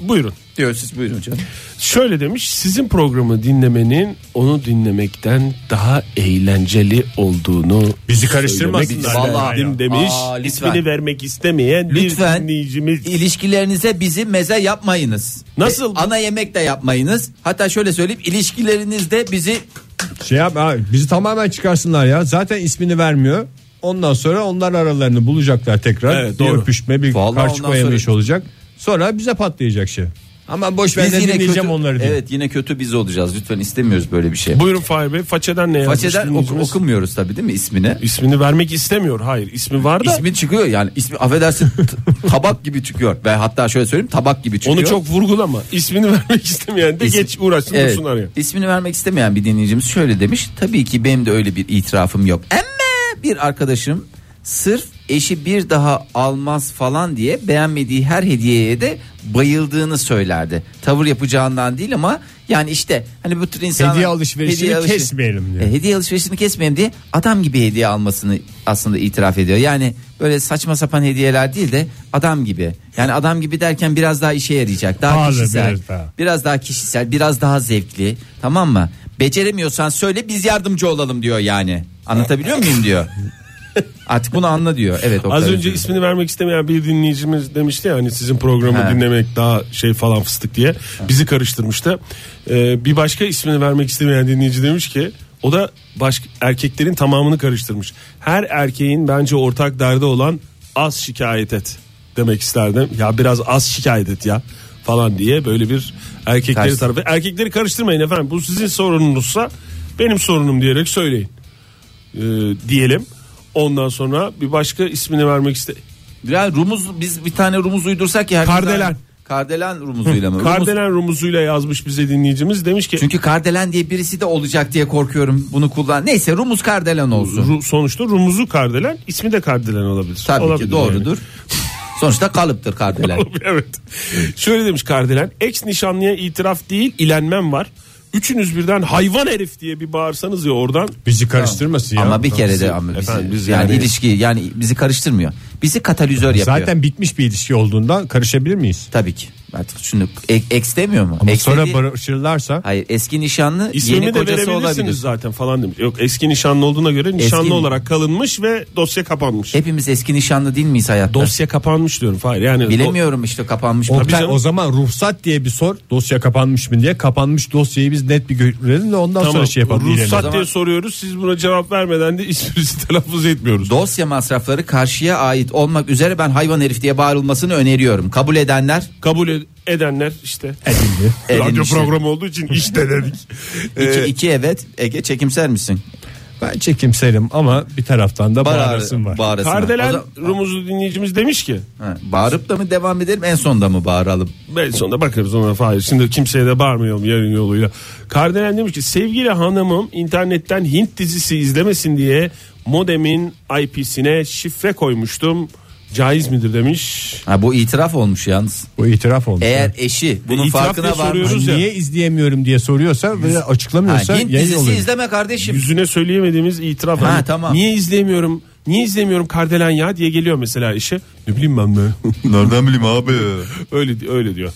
S4: Buyurun.
S2: Diyor siz buyurun canım.
S4: Şöyle demiş sizin programı dinlemenin onu dinlemekten daha eğlenceli olduğunu
S3: Bizi karıştırmasınlar
S4: söylemek
S2: yani.
S4: isterdim
S2: Vallahi.
S4: demiş.
S2: Aa, lütfen.
S4: İsmini vermek istemeyen bir
S2: Lütfen
S4: dinleyicimiz.
S2: ilişkilerinize bizi meze yapmayınız.
S4: Nasıl?
S2: E, ana yemek de yapmayınız. Hatta şöyle söyleyeyim ilişkilerinizde bizi
S3: Şey yap, ha, bizi tamamen çıkarsınlar ya. Zaten ismini vermiyor. Ondan sonra onlar aralarını bulacaklar tekrar.
S4: Evet,
S3: Bir
S4: doğru.
S3: öpüşme bir
S2: Vallahi
S3: karşı
S2: ondan
S3: koyamayış
S2: sonra-
S3: olacak. Sonra bize patlayacak şey. Ama boş ver
S2: biz
S3: de dinleyeceğim onları diye.
S2: Evet yine kötü biz olacağız. Lütfen istemiyoruz böyle bir şey.
S4: Buyurun Fahir Bey façeden ne yazmış
S2: Façeden ok-
S4: dinleyicimiz?
S2: okumuyoruz tabii değil mi ismini?
S4: İsmini vermek istemiyor. Hayır ismi var da
S2: İsmi çıkıyor yani ismi affedersin t- tabak gibi çıkıyor. Ve hatta şöyle söyleyeyim tabak gibi çıkıyor.
S4: onu çok vurgulama. İsmini vermek istemeyen de
S2: İsmi-
S4: geç uğraşsın
S2: Evet,
S4: dursun arıyor.
S2: İsmini vermek istemeyen bir dinleyicimiz şöyle demiş. Tabii ki benim de öyle bir itirafım yok. Ama bir arkadaşım Sırf eşi bir daha almaz falan diye beğenmediği her hediyeye de bayıldığını söylerdi. Tavır yapacağından değil ama yani işte hani bu tür insanlar
S3: Hediye alışverişini kesmeyelim diyor.
S2: E, hediye alışverişini kesmeyelim diye adam gibi hediye almasını aslında itiraf ediyor. Yani böyle saçma sapan hediyeler değil de adam gibi. Yani adam gibi derken biraz daha işe yarayacak. Daha
S3: Pahalı,
S2: kişisel.
S3: biraz daha.
S2: Biraz daha kişisel, biraz daha zevkli. Tamam mı? Beceremiyorsan söyle biz yardımcı olalım diyor yani. Anlatabiliyor muyum diyor. Artık bunu anla diyor. Evet. Oktay
S4: Az önce
S2: Özdemir.
S4: ismini vermek istemeyen bir dinleyicimiz demişti ya hani sizin programı
S2: Ha.
S4: dinlemek daha şey falan fıstık diye bizi karıştırmıştı. Ee, bir başka ismini vermek istemeyen dinleyici demiş ki o da başka erkeklerin tamamını karıştırmış. Her erkeğin bence ortak derdi olan az şikayet et demek isterdim. Ya biraz az şikayet et ya falan diye böyle bir erkekleri
S2: Ters.
S4: tarafı. Erkekleri karıştırmayın efendim bu sizin sorununuzsa benim sorunum diyerek söyleyin e, diyelim. Ondan sonra bir başka ismini vermek iste.
S2: Ya rumuz biz bir tane rumuz uydursak ya. herkes-
S4: Kardelen.
S2: Kardelen rumuzuyla mı? Rumuz-
S4: Kardelen rumuzuyla yazmış bize dinleyicimiz demiş ki
S2: Çünkü kardelen diye birisi de olacak diye korkuyorum. Bunu kullan. Neyse rumuz kardelen olsun.
S4: Ru- sonuçta rumuzu kardelen ismi de kardelen olabilir.
S2: Tabii
S4: olabilir
S2: ki
S4: yani.
S2: doğrudur. Sonuçta kalıptır kardelen.
S4: evet. Şöyle demiş kardelen ex nişanlıya itiraf değil ilenmem var. Üçünüz birden hayvan herif diye bir bağırsanız ya oradan
S3: Bizi karıştırmasın ya.
S2: ama bir kere de
S4: Tamam,
S2: ama bizi,
S4: efendim, biz
S2: yani,
S4: yani-
S2: ilişki yani bizi karıştırmıyor. Bizi katalizör yapıyor.
S3: Zaten bitmiş bir ilişki olduğundan karışabilir miyiz?
S2: Tabii ki. Artık şunu ek, eks demiyor mu?
S3: Ama
S2: Eks
S3: sonra
S2: dediği-
S3: barışırlarsa
S2: Hayır eski nişanlı
S4: ismini
S2: yeni
S4: de
S2: kocası
S4: verebilirsiniz
S2: olabilir.
S4: zaten falan demiş. Yok eski E, nişanlı olduğuna göre nişanlı
S2: Eski-
S4: olarak kalınmış ve dosya kapanmış.
S2: Hepimiz eski nişanlı değil miyiz hayatta?
S4: Dosya kapanmış diyorum. Hayır yani
S2: Bilemiyorum işte kapanmış. mı?
S3: Oktay,
S4: canım.
S3: o zaman ruhsat diye bir sor. Dosya kapanmış mı diye. Kapanmış dosyayı biz net bir görelim de ondan sonra şey yapalım.
S4: Ruhsat
S3: diyelim.
S2: zaman-
S4: diye soruyoruz. Siz buna cevap vermeden de isminizi telaffuz etmiyoruz.
S2: Dosya masrafları karşıya ait olmak üzere ben hayvan herif diye bağırılmasını öneriyorum. Kabul edenler
S4: Kabul ed- edenler işte. Radyo
S2: edilmiştir.
S4: programı Ee- olduğu için işte dedik.
S2: İki, iki evet Ege çekimser misin?
S3: Ben çekimserim ama bir taraftan da bağırasım var.
S2: Bağırasın var. O
S4: Kardelen
S2: zaman-
S4: Rumuzlu dinleyicimiz demiş ki
S2: Ha, bağırıp da mı devam edelim en sonda mı bağıralım?
S4: ben sonra bakarız ona Fahir. Şimdi kimseye de bağırmayalım yarın yoluyla. Kardelen demiş ki sevgili hanımım internetten Hint dizisi izlemesin diye modemin IP'sine şifre koymuştum. Caiz midir demiş.
S2: Ha, bu itiraf olmuş yalnız.
S3: Bu itiraf olmuş.
S2: Eğer eşi bunun
S4: itiraf diye
S2: farkına
S4: soruyoruz.
S2: varmış.
S4: diyoruz ya.
S3: niye izleyemiyorum diye soruyorsa ve
S2: Ha,
S3: açıklamıyorsa
S2: Hint
S3: yayın
S2: dizisi
S3: oluyor.
S2: izleme kardeşim.
S4: Yüzüne söyleyemediğimiz itiraf.
S2: Ha,
S4: Hani
S2: tamam.
S4: Niye izleyemiyorum? Niye izlemiyorum Kardelen ya diye geliyor mesela işe. Ne bileyim ben be.
S2: Nereden bileyim abi?
S4: öyle di- öyle diyor.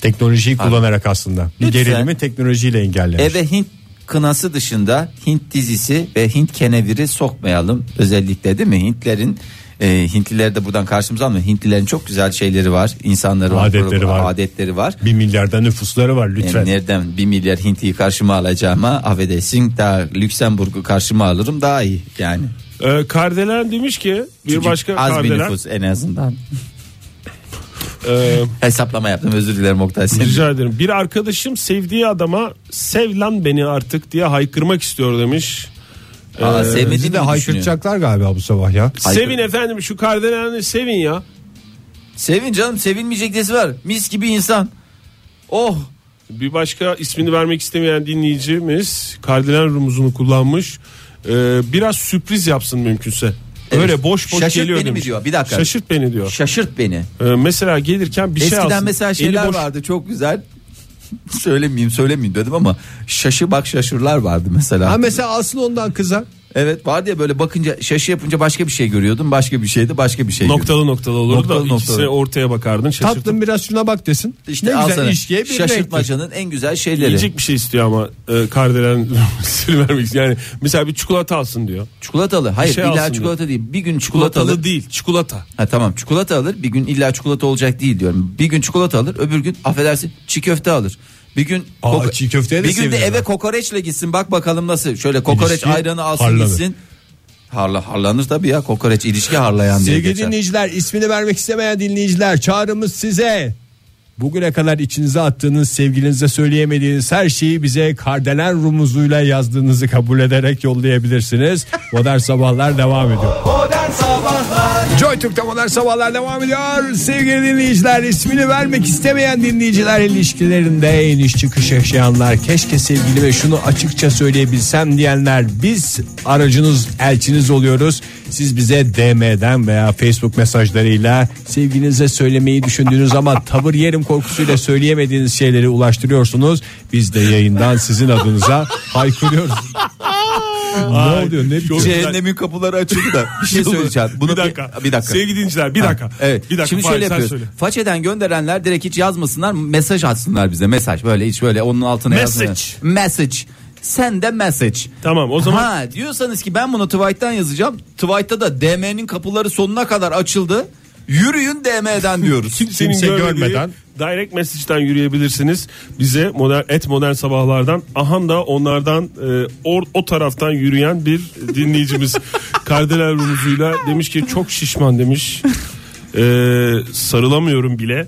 S3: Teknolojiyi kullanarak aslında. Bir
S2: Lütfen.
S3: gerilimi teknolojiyle engellemiş.
S2: Eve Hint kınası dışında Hint dizisi ve Hint keneviri sokmayalım. Özellikle değil mi? Hintlerin e, Hintlileri de buradan karşımıza almıyor. Hintlilerin çok güzel şeyleri var. insanları var.
S3: Adetleri var.
S2: Adetleri var.
S3: Bir milyarda nüfusları var lütfen.
S2: Yani nereden bir milyar Hintliyi karşıma alacağıma affedersin daha Lüksemburg'u karşıma alırım daha iyi yani.
S4: Ee, kardelen demiş ki bir
S2: Çünkü
S4: başka
S2: az bir
S4: kardelen
S2: nüfus en azından.
S4: e,
S2: Hesaplama yaptım özür dilerim Oktay. Senin.
S4: rica ederim. Bir arkadaşım sevdiği adama sev lan beni artık diye haykırmak istiyor demiş. Ee,
S2: Aa, sevmediğini
S3: Bizi de
S2: mi düşünüyor?
S3: haykıracaklar galiba bu sabah ya.
S2: Haykır-
S4: Sevin efendim şu kardeleni sevin ya.
S2: Sevin canım sevinmeyecek nesi var. Mis gibi insan. Oh
S4: Bir başka ismini vermek istemeyen dinleyicimiz kardelen rumuzunu kullanmış. Ee, biraz sürpriz yapsın mümkünse.
S2: Evet.
S4: Öyle boş boş
S2: Şaşırt
S4: geliyor
S2: beni mi
S4: demiş.
S2: diyor? Bir dakika.
S4: Şaşırt beni diyor.
S2: şaşırt beni.
S4: Ee, mesela gelirken bir şey
S2: Eskiden
S4: alsın.
S2: mesela
S4: Eli
S2: şeyler
S4: boş-
S2: vardı çok güzel. söylemeyeyim söylemeyeyim dedim ama şaşı bak şaşırlar vardı mesela.
S3: Ha mesela alsın ondan kıza.
S2: evet vardı ya böyle bakınca şaşı yapınca başka bir şey görüyordun başka bir şeydi başka bir şey görüyordun.
S4: Noktalı noktalı olurdu
S2: Noktalı
S4: da
S2: noktalı.
S4: ikisine ortaya bakardın şaşırtın.
S3: Tatlım biraz şuna bak desin.
S2: İşte
S3: ne
S2: al
S3: güzel
S2: sana.
S3: ilişkiye bir renktir.
S2: Şaşırtmacanın en güzel şeyleri.
S4: Yiyecek bir şey istiyor ama e, kardelen vermek istiyor. Yani mesela bir çikolata alsın diyor.
S2: Çikolatalı. Hayır
S4: şey
S2: illa
S4: alsın
S2: çikolata değil. Bir gün
S4: Çikolatalı,
S2: çikolatalı.
S4: değil çikolata.
S2: Ha tamam çikolata alır. Bir gün illa çikolata olacak değil diyorum. Bir gün çikolata alır. Öbür gün affedersin çiğ köfte alır. Bir gün
S3: Aa, çiğ köfteye de
S2: bir gün de
S3: seviyorlar.
S2: eve kokoreçle gitsin. Bak bakalım nasıl. Şöyle kokoreç
S3: İlişki
S2: ayranı alsın
S3: harlanır.
S2: gitsin. Harla harlanır tabii ya. Kokoreç ilişki harlayan diye
S3: Sevgili
S2: geçer.
S3: dinleyiciler ismini vermek istemeyen dinleyiciler çağrımız size. Bugüne kadar içinize attığınız sevgilinize söyleyemediğiniz her şeyi bize kardelen rumuzuyla yazdığınızı kabul ederek yollayabilirsiniz. Modern Sabahlar devam ediyor.
S7: Modern
S3: Joy Türk'te modern sabahlar devam ediyor. Sevgili dinleyiciler ismini vermek istemeyen dinleyiciler ilişkilerinde iniş çıkış yaşayanlar keşke sevgilime şunu açıkça söyleyebilsem diyenler biz aracınız elçiniz oluyoruz. Siz bize DM'den veya Facebook mesajlarıyla sevginize söylemeyi düşündüğünüz ama tavır yerim korkusuyla söyleyemediğiniz şeyleri ulaştırıyorsunuz. Biz de yayından sizin adınıza haykırıyoruz. ne oluyor ne bitiyor?
S2: Cehennemin kapıları açıldı da bir şey söyleyeceğim. Bunu
S4: bir dakika.
S2: Bir dakika.
S4: Sevgili dinleyiciler bir dakika.
S2: Evet.
S4: Bir dakika.
S2: Şimdi
S4: Fahir,
S2: şöyle
S4: sen
S2: yapıyoruz.
S4: söyle.
S2: Façeden gönderenler direkt hiç yazmasınlar, mesaj atsınlar bize. Mesaj böyle hiç böyle onun altına
S4: Message.
S2: yazmasınlar. Message. Sen de message.
S4: Tamam, o zaman-
S2: Ha, diyorsanız ki ben bunu Twite'den yazacağım. Twite'da da DM'nin kapıları sonuna kadar açıldı. Yürüyün DM'den diyoruz.
S4: Kimsenin
S3: Kimse
S4: görmediği
S3: görmeden.
S4: Direct message'ten yürüyebilirsiniz. Bize modern, et modern sabahlardan aham da onlardan e, or- o taraftan yürüyen bir dinleyicimiz Kardelen Rumuzu'yla demiş ki çok şişman demiş. E, sarılamıyorum bile.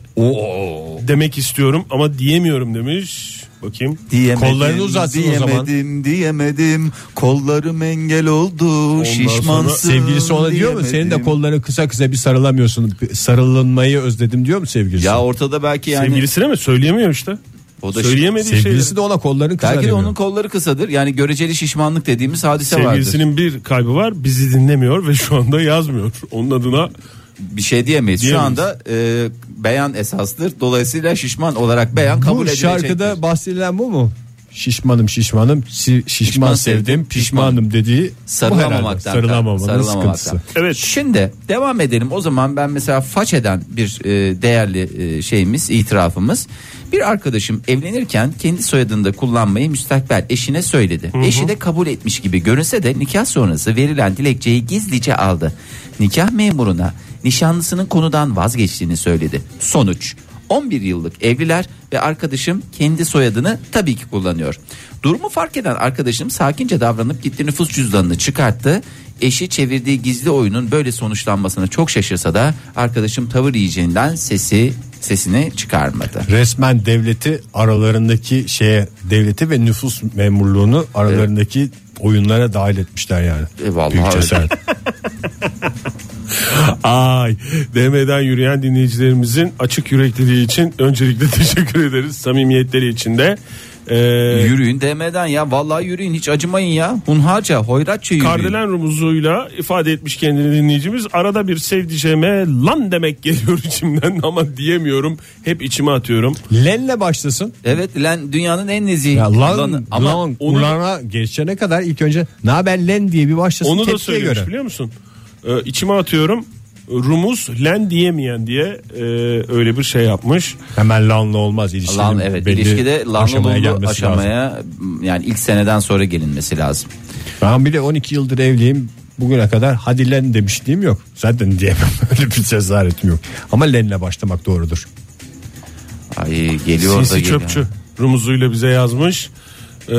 S4: Demek istiyorum ama diyemiyorum demiş. Bakayım.
S2: Diyemedim,
S3: Kollarını uzatsın o
S2: diyemedim,
S3: zaman.
S2: diyemedim. Kollarım engel oldu. şişmansın.
S3: Sevgilisi ona diyor mu? Senin de
S2: diyemedim.
S3: kolların kısa kısa bir sarılamıyorsun. Bir Sarılınmayı özledim diyor mu sevgilisi?
S2: Ya ortada belki yani.
S4: Sevgilisine mi? Söyleyemiyor işte.
S2: o da şi-
S4: Söyleyemediği şey.
S3: sevgilisi de ona kolların kısa
S2: Belki de
S3: demiyor.
S2: onun kolları kısadır. Yani göreceli şişmanlık dediğimiz hadise vardır.
S4: Sevgilisinin bir kaybı var. Bizi dinlemiyor ve şu anda yazmıyor. Onun adına
S2: Bir şey diyemeyiz. Şu
S4: Diyemeyiz.
S2: anda e, beyan esastır. Dolayısıyla şişman olarak beyan kabul
S3: Bu
S2: edilecektir.
S3: şarkıda bahsedilen bu mu? Şişmanım şişmanım si- şişman,
S2: Şişman sevdim,
S3: sevdim pişmanım dediği bu herhalde.
S2: sarılamamaktan.
S3: sarılamamanın
S2: sarılamamaktan.
S3: sıkıntısı.
S4: Evet.
S2: Şimdi devam edelim. O zaman ben mesela faç eden bir e, değerli e, şeyimiz, itirafımız. Bir arkadaşım evlenirken kendi soyadını da kullanmayı müstakbel eşine söyledi. Eşi de kabul etmiş gibi görünse de nikah sonrası verilen dilekçeyi gizlice aldı. Nikah memuruna nişanlısının konudan vazgeçtiğini söyledi. Sonuç 11 yıllık evliler ve arkadaşım kendi soyadını tabii ki kullanıyor. Durumu fark eden arkadaşım sakince davranıp gitti nüfus cüzdanını çıkarttı. Eşi çevirdiği gizli oyunun böyle sonuçlanmasına çok şaşırsa da arkadaşım tavır yiyeceğinden sesi sesini çıkarmadı.
S3: Resmen devleti aralarındaki şeye devleti ve nüfus memurluğunu aralarındaki oyunlara dahil etmişler yani.
S2: E, vallahi
S3: Büyük
S2: öyle.
S3: cesaret.
S4: Ay DM'den yürüyen dinleyicilerimizin açık yürekliliği için öncelikle teşekkür ederiz. Samimiyetleri için de. Ee,
S2: Yürüyün DM'den ya vallahi yürüyün hiç acımayın ya. Hunharca hoyratça yürüyün.
S4: Kardelen rumuzuyla ifade etmiş kendini dinleyicimiz. Arada bir sevdiceğime lan demek geliyor içimden ama diyemiyorum. Hep içime atıyorum.
S3: Lenle başlasın.
S2: Evet lan dünyanın en nezih.
S3: Ya lan,
S2: lanı- ama
S3: lan,
S4: onu-
S3: ulana geçene kadar ilk önce ne haber len diye bir başlasın
S4: Onu da
S3: tepkiye
S4: söylemiş
S3: göre.
S4: biliyor musun? Ee, içime atıyorum. Rumuz len diyemeyen diye e, öyle bir şey yapmış.
S3: Hemen lanlı olmaz ilişkinin
S2: Lan evet
S3: belli
S2: ilişkide lanlı
S3: aşamaya
S2: dolu
S3: gelmesi lazım.
S2: aşamaya yani ilk seneden sonra gelinmesi lazım.
S3: Ben bile 12 yıldır evliyim bugüne kadar hadi len demişliğim yok. Zaten diyemem öyle bir cesaretim yok. Ama lenle başlamak doğrudur.
S2: Ay geliyor da
S4: Sinsi
S2: geliyor.
S4: çöpçü rumuzuyla bize yazmış. Ee,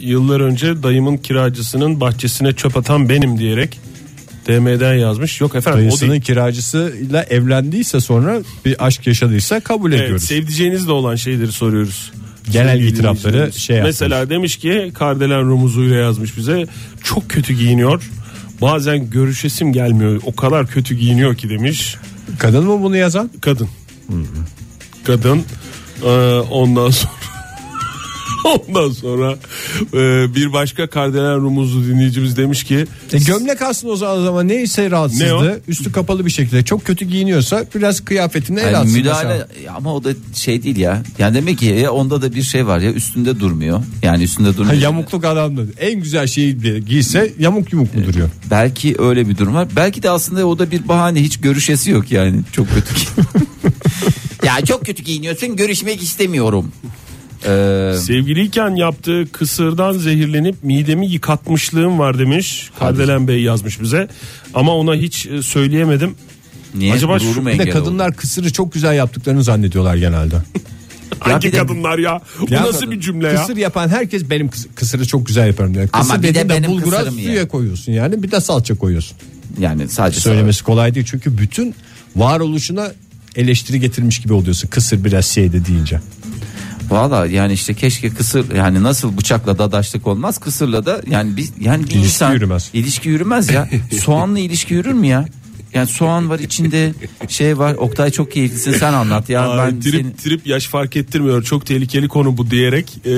S4: yıllar önce dayımın kiracısının bahçesine çöp atan benim diyerek DM'den yazmış. Yok efendim o
S3: Dayısının
S4: değil.
S3: kiracısıyla evlendiyse sonra bir aşk yaşadıysa kabul
S4: Evet,
S3: ediyoruz.
S4: sevdiceğiniz de olan şeyleri soruyoruz.
S3: Genel
S4: Sevgili
S3: itirafları
S4: dinleyicilerimiz.
S3: şey yapmış.
S4: Mesela demiş ki Kardelen rumuzuyla yazmış bize. Çok kötü giyiniyor. Bazen görüşesim gelmiyor. O kadar kötü giyiniyor ki demiş.
S3: Kadın mı bunu yazan?
S4: Kadın. Kadın. Ee, ondan sonra ondan sonra e, bir başka Kardelen Rumuzlu dinleyicimiz demiş ki
S3: E gömlek aslında o zaman- o zaman neyse rahatsızdı.
S4: Ne o?
S3: Üstü kapalı bir şekilde çok kötü giyiniyorsa biraz kıyafetine el
S2: Yani
S3: atsın.
S2: müdahale
S3: mesela.
S2: ama o da şey değil ya. Yani demek ki ya onda da bir şey var ya üstünde durmuyor. Yani üstünde
S3: Ha,
S2: durmuyor.
S3: yamukluk adamdı. En güzel şeyi bile giyse yamuk yumuk mu duruyor?
S2: Belki öyle bir durum var. Belki de aslında o da bir bahane hiç görüşesi yok yani. Çok kötü. ya çok kötü giyiniyorsun görüşmek istemiyorum. Ee,
S4: sevgiliyken yaptığı kısırdan zehirlenip midemi yıkatmışlığım var demiş. Kardelen Bey yazmış bize ama ona hiç e, söyleyemedim.
S2: niye?
S4: Acaba
S2: Gururum
S4: şu- bir de
S3: Bir de
S2: engel oldu.
S3: kadınlar kısırı çok güzel yaptıklarını zannediyorlar genelde.
S2: Ya
S4: Hangi
S2: bir de-
S4: kadınlar ya? Bu
S3: Ya
S4: nasıl
S3: kadın,
S4: bir cümle ya?
S3: Kısır yapan herkes benim kıs- kısırı çok güzel yaparım diyor. Kısır
S2: Ama bir de
S3: dediğin
S2: benim
S3: bulgura
S2: kısırım
S3: suya
S2: yani.
S3: koyuyorsun yani bir de salça koyuyorsun.
S2: Yani sadece
S3: Söylemesi kolay değil çünkü bütün varoluşuna eleştiri getirmiş gibi oluyorsun kısır biraz şeyde şey deyince.
S2: Valla yani işte keşke kısır yani nasıl bıçakla dadaşlık olmaz kısırla da yani biz yani bir
S3: İlişki
S2: insan
S3: yürümez.
S2: ilişki yürümez ya. Soğanla ilişki yürür mü ya? Yani soğan var içinde şey var. Oktay çok keyiflisin sen anlat ya.
S4: Aa,
S2: ben
S4: trip
S2: seni-
S4: trip yaş fark ettirmiyor çok tehlikeli konu bu diyerek e,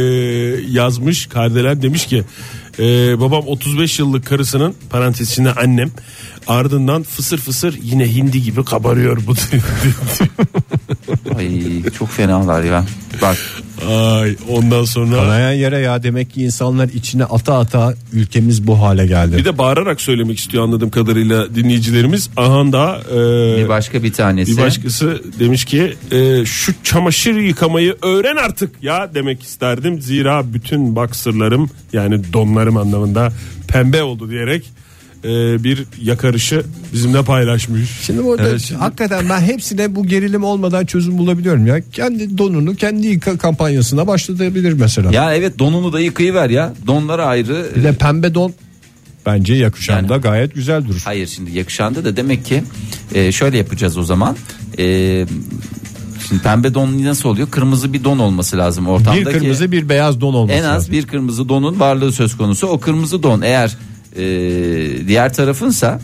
S4: yazmış Kardelen demiş ki e, babam 35 yıllık karısının parantez içinde annem ardından fısır fısır yine hindi gibi kabarıyor bu
S2: Ay, çok fenalar ya. Bak
S4: Ay ondan sonra
S3: Kanayan yere ya demek ki insanlar içine ata ata ülkemiz bu hale geldi.
S4: bir de bağırarak söylemek istiyor anladığım kadarıyla dinleyicilerimiz. Ahan da e,
S2: bir başka bir tanesi.
S4: Bir başkası demiş ki e, şu çamaşır yıkamayı öğren artık ya demek isterdim. Zira bütün baksırlarım yani donlarım anlamında pembe oldu diyerek e, bir yakarışı bizimle paylaşmış.
S3: Şimdi burada
S4: Evet, şimdi-
S3: hakikaten ben hepsine bu gerilim olmadan çözüm bulabiliyorum ya. Kendi donunu kendi yıka kampanyasına başlatabilir mesela.
S2: Ya evet donunu da yıkayıver ya. Donlara ayrı.
S3: Bir de pembe don bence yakışan
S2: Yani-
S3: da gayet güzel durur.
S2: Hayır şimdi yakışandı da demek ki e, şöyle yapacağız o zaman. E, şimdi pembe don nasıl oluyor? Kırmızı bir don olması lazım ortamdaki.
S3: Bir kırmızı bir beyaz don olması
S2: en az
S3: lazım.
S2: bir kırmızı donun varlığı söz konusu. O kırmızı don eğer e, diğer tarafınsa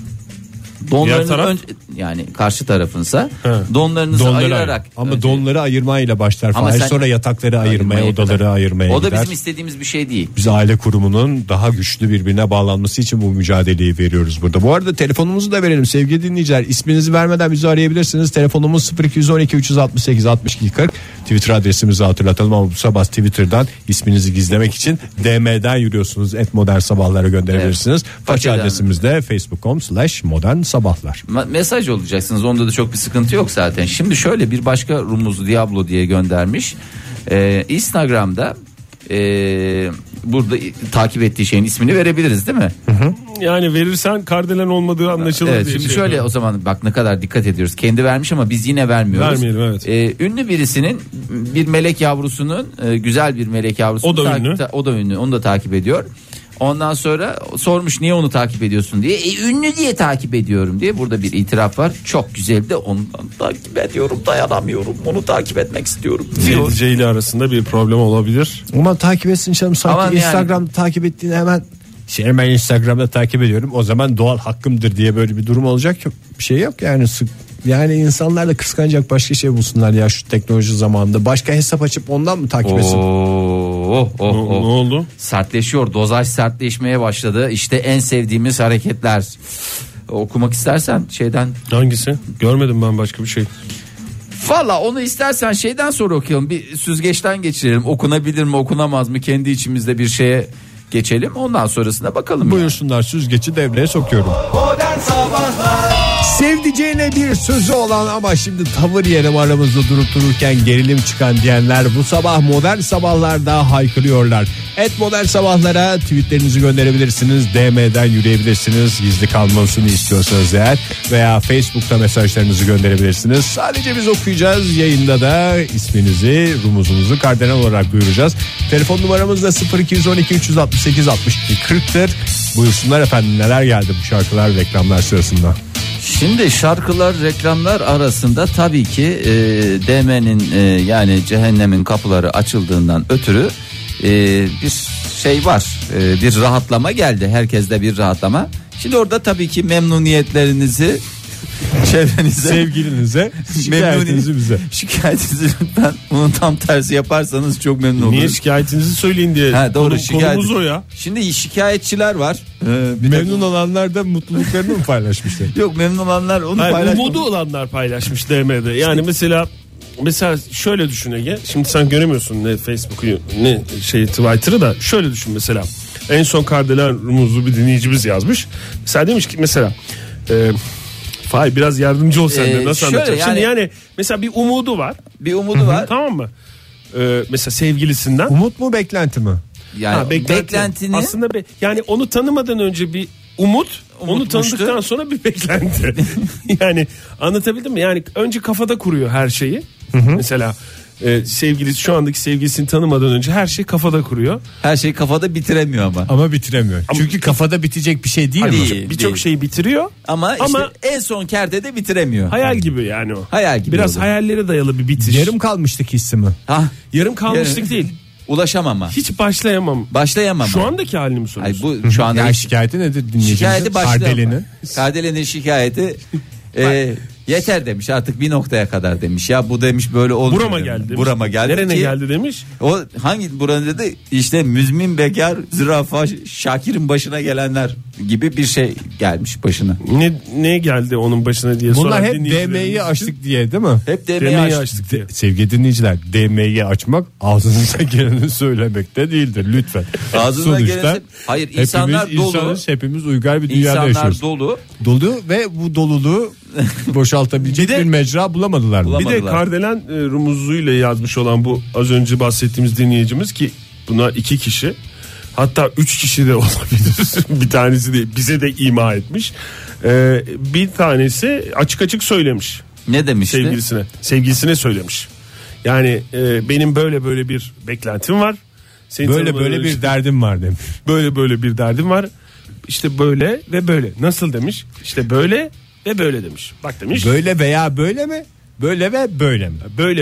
S2: donların
S4: Diğer taraf?
S2: önce yani karşı tarafınsa
S4: He.
S2: donlarınızı
S3: Donları
S2: ayırarak
S3: ayır. Ama
S2: önce-
S3: donları ayırmayla başlar
S2: Ama
S3: falan.
S2: sen-
S3: Sonra yatakları ayırmaya,
S2: ayırmaya
S3: odaları
S2: kadar.
S3: ayırmaya
S2: O da
S3: gider.
S2: bizim istediğimiz bir şey değil.
S3: Biz aile kurumunun daha güçlü birbirine bağlanması için bu mücadeleyi veriyoruz burada. Bu arada telefonumuzu da verelim sevgili dinleyiciler. İsminizi vermeden bizi arayabilirsiniz. Telefonumuz 0212 368 62 40. Twitter adresimizi hatırlatalım ama bu sabah Twitter'dan isminizi gizlemek için DM'den yürüyorsunuz. Et modern sabahlara gönderebilirsiniz.
S2: Evet.
S3: Faça
S2: Faça
S3: adresimiz de facebook.com slash modern sabahlar.
S2: Ma- mesaj olacaksınız. Onda da çok bir sıkıntı yok zaten. Şimdi şöyle bir başka Rumuz Diablo diye göndermiş. Ee, Instagram'da ee, burada i- takip ettiği şeyin ismini verebiliriz değil mi?
S4: Yani verirsen Kardelen olmadığı anlaşılır
S2: Evet,
S4: diye
S2: şimdi
S4: şey
S2: şöyle
S4: yapıyorum.
S2: o zaman bak ne kadar dikkat ediyoruz. Kendi vermiş ama biz yine vermiyoruz.
S4: Vermeyelim, evet.
S2: Ee, ünlü birisinin bir melek yavrusunun e, güzel bir melek yavrusunun
S4: O da
S2: tak-
S4: ünlü.
S2: ta- o da ünlü. Onu da takip ediyor. Ondan sonra sormuş niye onu takip ediyorsun diye. E, ünlü diye takip ediyorum diye. Burada bir itiraf var. Çok güzel de ondan takip ediyorum dayanamıyorum. Onu takip etmek istiyorum diyor.
S4: Dinleyiciyle ile arasında bir problem olabilir.
S3: Ama takip etsin canım sanki
S2: Aman yani.
S3: Instagram'da takip ettiğini hemen şey ben Instagram'da takip ediyorum. O zaman doğal hakkımdır diye böyle bir durum olacak yok. Bir şey yok yani sık yani insanlar da kıskanacak başka şey bulsunlar ya şu teknoloji zamanında. Başka hesap açıp ondan mı takip etsin?
S2: Oo, oh, oh,
S4: Ne-
S2: oh.
S4: ne oldu?
S2: Sertleşiyor. Dozaj sertleşmeye başladı. İşte en sevdiğimiz hareketler. Okumak istersen şeyden
S4: Hangisi? Görmedim ben başka bir şey.
S2: Valla onu istersen şeyden sonra okuyalım. Bir süzgeçten geçirelim. Okunabilir mi okunamaz mı kendi içimizde bir şeye geçelim. Ondan sonrasına bakalım. ya.
S3: Buyursunlar süzgeci devreye sokuyorum. Sevdiceğine bir sözü olan ama şimdi tavır yeri aramızda durup dururken gerilim çıkan diyenler bu sabah modern sabahlarda haykırıyorlar. Et modern sabahlara tweetlerinizi gönderebilirsiniz. DM'den yürüyebilirsiniz. Gizli kalmasını istiyorsanız eğer veya Facebook'ta mesajlarınızı gönderebilirsiniz. Sadece biz okuyacağız. Yayında da isminizi, rumuzunuzu kardinal olarak duyuracağız. Telefon numaramız da 0212 368 62 40'tır. Buyursunlar efendim neler geldi bu şarkılar reklamlar sırasında.
S2: Şimdi şarkılar reklamlar arasında tabii ki e, DM'nin e, yani cehennemin kapıları açıldığından ötürü e, bir şey var. E, bir rahatlama geldi. Herkeste bir rahatlama. Şimdi orada tabii ki memnuniyetlerinizi çevrenize
S3: sevgilinize şikayetinizi bize.
S2: Şikayetinizi lütfen bunun tam tersi yaparsanız çok memnun olurum.
S4: Niye şikayetinizi söyleyin diye.
S2: Ha, doğru
S4: Konu-
S2: şikayet.
S4: Konumuz o ya.
S2: Şimdi şikayetçiler var. E,
S3: Memnun olanlar da mutluluklarını mı paylaşmışlar?
S2: Yok memnun olanlar onu
S4: Hayır,
S2: paylaşmamış.
S4: umudu olanlar paylaşmış DM'de. Yani mesela mesela şöyle düşün Ege. Şimdi sen göremiyorsun ne Facebook'u ne şey Twitter'ı da şöyle düşün mesela. En son Kardelen Rumuzlu bir dinleyicimiz yazmış. Mesela demiş ki mesela e, Fay biraz yardımcı ol sen de
S2: Ee,
S4: nasıl
S2: şöyle
S4: anlatacağım. Şimdi
S2: yani-
S4: yani mesela bir umudu var.
S2: Bir umudu var.
S4: Tamam mı? E, mesela sevgilisinden.
S3: Umut mu beklenti mi?
S2: Yani
S4: Ha, beklenti.
S2: beklentini
S4: Aslında be- yani onu tanımadan önce bir umut, onu
S2: Umutmuştu.
S4: tanıdıktan sonra bir beklenti. yani anlatabildim mi? Yani önce kafada kuruyor her şeyi. Mesela e, sevgilisi şu andaki sevgilisini tanımadan önce her şey kafada kuruyor.
S2: Her şeyi kafada bitiremiyor ama.
S3: Ama bitiremiyor. Çünkü kafada bitecek bir şey değil mi?
S2: Değil.
S4: Birçok şeyi bitiriyor
S2: Ama,
S4: Ama-
S2: işte en son kerde de bitiremiyor.
S4: hayal gibi yani o.
S2: Hayal gibi
S4: Biraz
S2: oldu.
S4: hayallere dayalı bir bitiş.
S3: Yarım kalmıştık hissi mi?
S2: Ha,
S4: Yarım kalmışlık
S2: Yarım.
S4: değil.
S2: ulaşamama.
S4: Hiç başlayamam.
S2: Başlayamama.
S4: Şu andaki halimi
S2: Ay
S4: soruyorsun.
S2: bu şu anda
S3: Ya şikayeti nedir dinleyicimizin?
S2: şikayeti
S3: Kardelenin.
S2: başlayamama. Kardelenin şikayeti e, yeter demiş artık bir noktaya kadar demiş. Ya bu demiş böyle olmuyor.
S4: Burama
S2: demiş.
S4: geldi. demiş.
S2: Burama geldi.
S4: Nerene
S2: ki-
S4: geldi demiş.
S2: O hangi buranın dedi işte müzmin bekar zürafa Şakir'in başına gelenler gibi bir şey gelmiş başına.
S4: Ne ne geldi onun başına diye soran
S3: Bunlar hep
S4: dinleyicilerimiz
S3: DM'yi
S4: için.
S3: açtık diye değil mi?
S2: Hep DM'yi,
S4: DM'yi
S2: açtı.
S4: açtık diye.
S3: Sevgili dinleyiciler DM'yi açmak ağzınıza geleni söylemekte değildir lütfen.
S2: Ağzınıza geleni- Hayır, insanlar dolu.
S3: insanız, hepimiz uygar bir dünyada
S2: İnsanlar
S3: yaşıyoruz.
S2: dolu.
S3: dolu ve bu doluluğu boşaltabilecek
S2: Bir
S3: bir,
S2: de-
S3: mecra bulamadılar. mı?
S4: Bir de
S2: Yapamadılar.
S4: Kardelen e, rumuzuyla yazmış olan bu az önce bahsettiğimiz dinleyicimiz ki buna iki kişi hatta üç kişi de olabilir. bir tanesi de bize de ima etmiş. E, bir tanesi açık açık söylemiş
S2: Ne demişti?
S4: sevgilisine. Sevgilisine söylemiş. Yani e, benim böyle böyle bir beklentim var. Seni
S3: Böyle
S4: tanımadan
S3: böyle
S4: önce-
S3: bir derdim var demiş.
S4: böyle böyle bir derdim var. İşte böyle ve böyle. Nasıl demiş? İşte böyle ve böyle demiş. Bak demiş. Böyle
S3: Böyle veya böyle mi? Böyle ve böyle mi?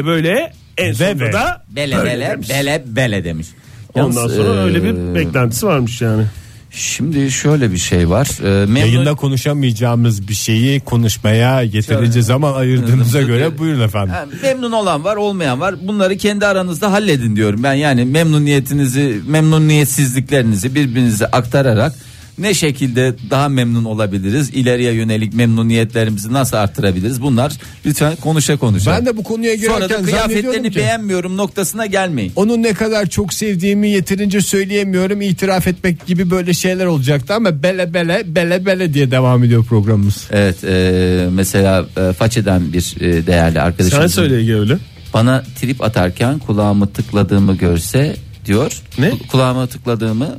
S4: böyle, en
S3: Ve
S4: sonunda
S3: ve.
S4: da
S2: Bele
S4: böyle
S2: bele
S4: demiş.
S2: bele bele demiş.
S4: Ondan
S2: Yalnız,
S4: sonra
S2: e,
S4: öyle bir beklentisi varmış yani.
S2: Şimdi şöyle bir şey var. E, memnun-
S3: Yayında konuşamayacağımız bir şeyi konuşmaya yeterince zaman ayırdığımıza göre buyurun efendim.
S2: Ha, memnun olan var olmayan var. Bunları kendi aranızda halledin diyorum. Ben yani memnuniyetinizi memnuniyetsizliklerinizi birbirinize aktararak ne şekilde daha memnun olabiliriz? İleriye yönelik memnuniyetlerimizi nasıl arttırabiliriz? Bunlar lütfen konuşa konuşa.
S3: Ben de bu konuya
S2: Sonra da
S3: girerken zannediyorum
S2: kıyafetlerini
S3: ki
S2: beğenmiyorum noktasına gelmeyin.
S3: onun ne kadar çok sevdiğimi yeterince söyleyemiyorum itiraf etmek gibi böyle şeyler olacaktı ama bele bele bele bele diye devam ediyor programımız.
S2: Evet e, mesela e, façeden bir e, değerli arkadaşım.
S4: Sen söyle Ege öyle.
S2: Bana trip atarken kulağımı tıkladığımı görse diyor.
S4: Ne?
S2: Ku- Kulağımı tıkladığımı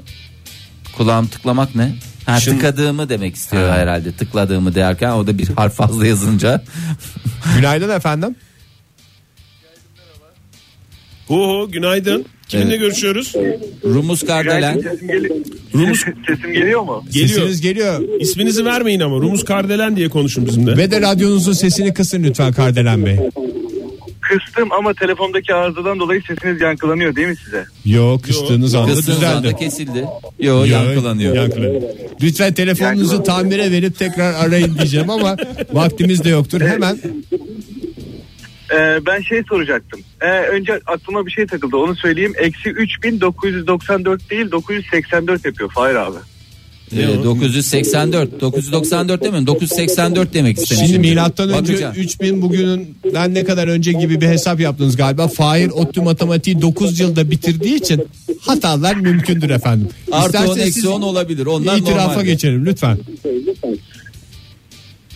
S2: kulağım tıklamak ne? Ha,
S4: Şimdi-
S2: tıkadığımı demek istiyor herhalde. Tıkladığımı derken o da bir harf fazla yazınca.
S3: Günaydın efendim.
S4: Oho günaydın. Kiminle görüşüyoruz?
S2: Rumuz Kardelen.
S4: Rumuz
S8: Sesim geliyor mu?
S4: geliyor.
S3: Sesiniz geliyor.
S4: İsminizi vermeyin ama Rumuz Kardelen diye konuşun bizimle.
S3: Ve de radyonuzun sesini kısın lütfen Kardelen Bey.
S8: Kıstım ama telefondaki arızadan dolayı sesiniz yankılanıyor değil mi size?
S3: Yok kıstığınız anda
S2: Kıstığınız
S3: düzeldi.
S2: anda kesildi. Yo,
S3: Yo,
S2: yankılanıyor.
S3: yankılanıyor. Lütfen telefonunuzu tamire verip tekrar arayın diyeceğim ama vaktimiz de yoktur. Hemen
S8: Ee, ben şey soracaktım. Ee, önce aklıma bir şey takıldı onu söyleyeyim. Eksi 3994 değil 984 yapıyor Fahir abi.
S2: Ee, 984. 994 demiyorum. 984 demek istemişim.
S3: şimdi milattan önce
S2: Bakacağım.
S3: 3000 bugününden ne kadar önce gibi bir hesap yaptınız galiba. Fahir ODTÜ matematiği 9 yılda bitirdiği için hatalar mümkündür efendim.
S2: Artı 10
S3: İsterseniz siz
S2: eksi 10 olabilir. Ondan
S3: itirafa
S2: normal.
S3: geçelim lütfen.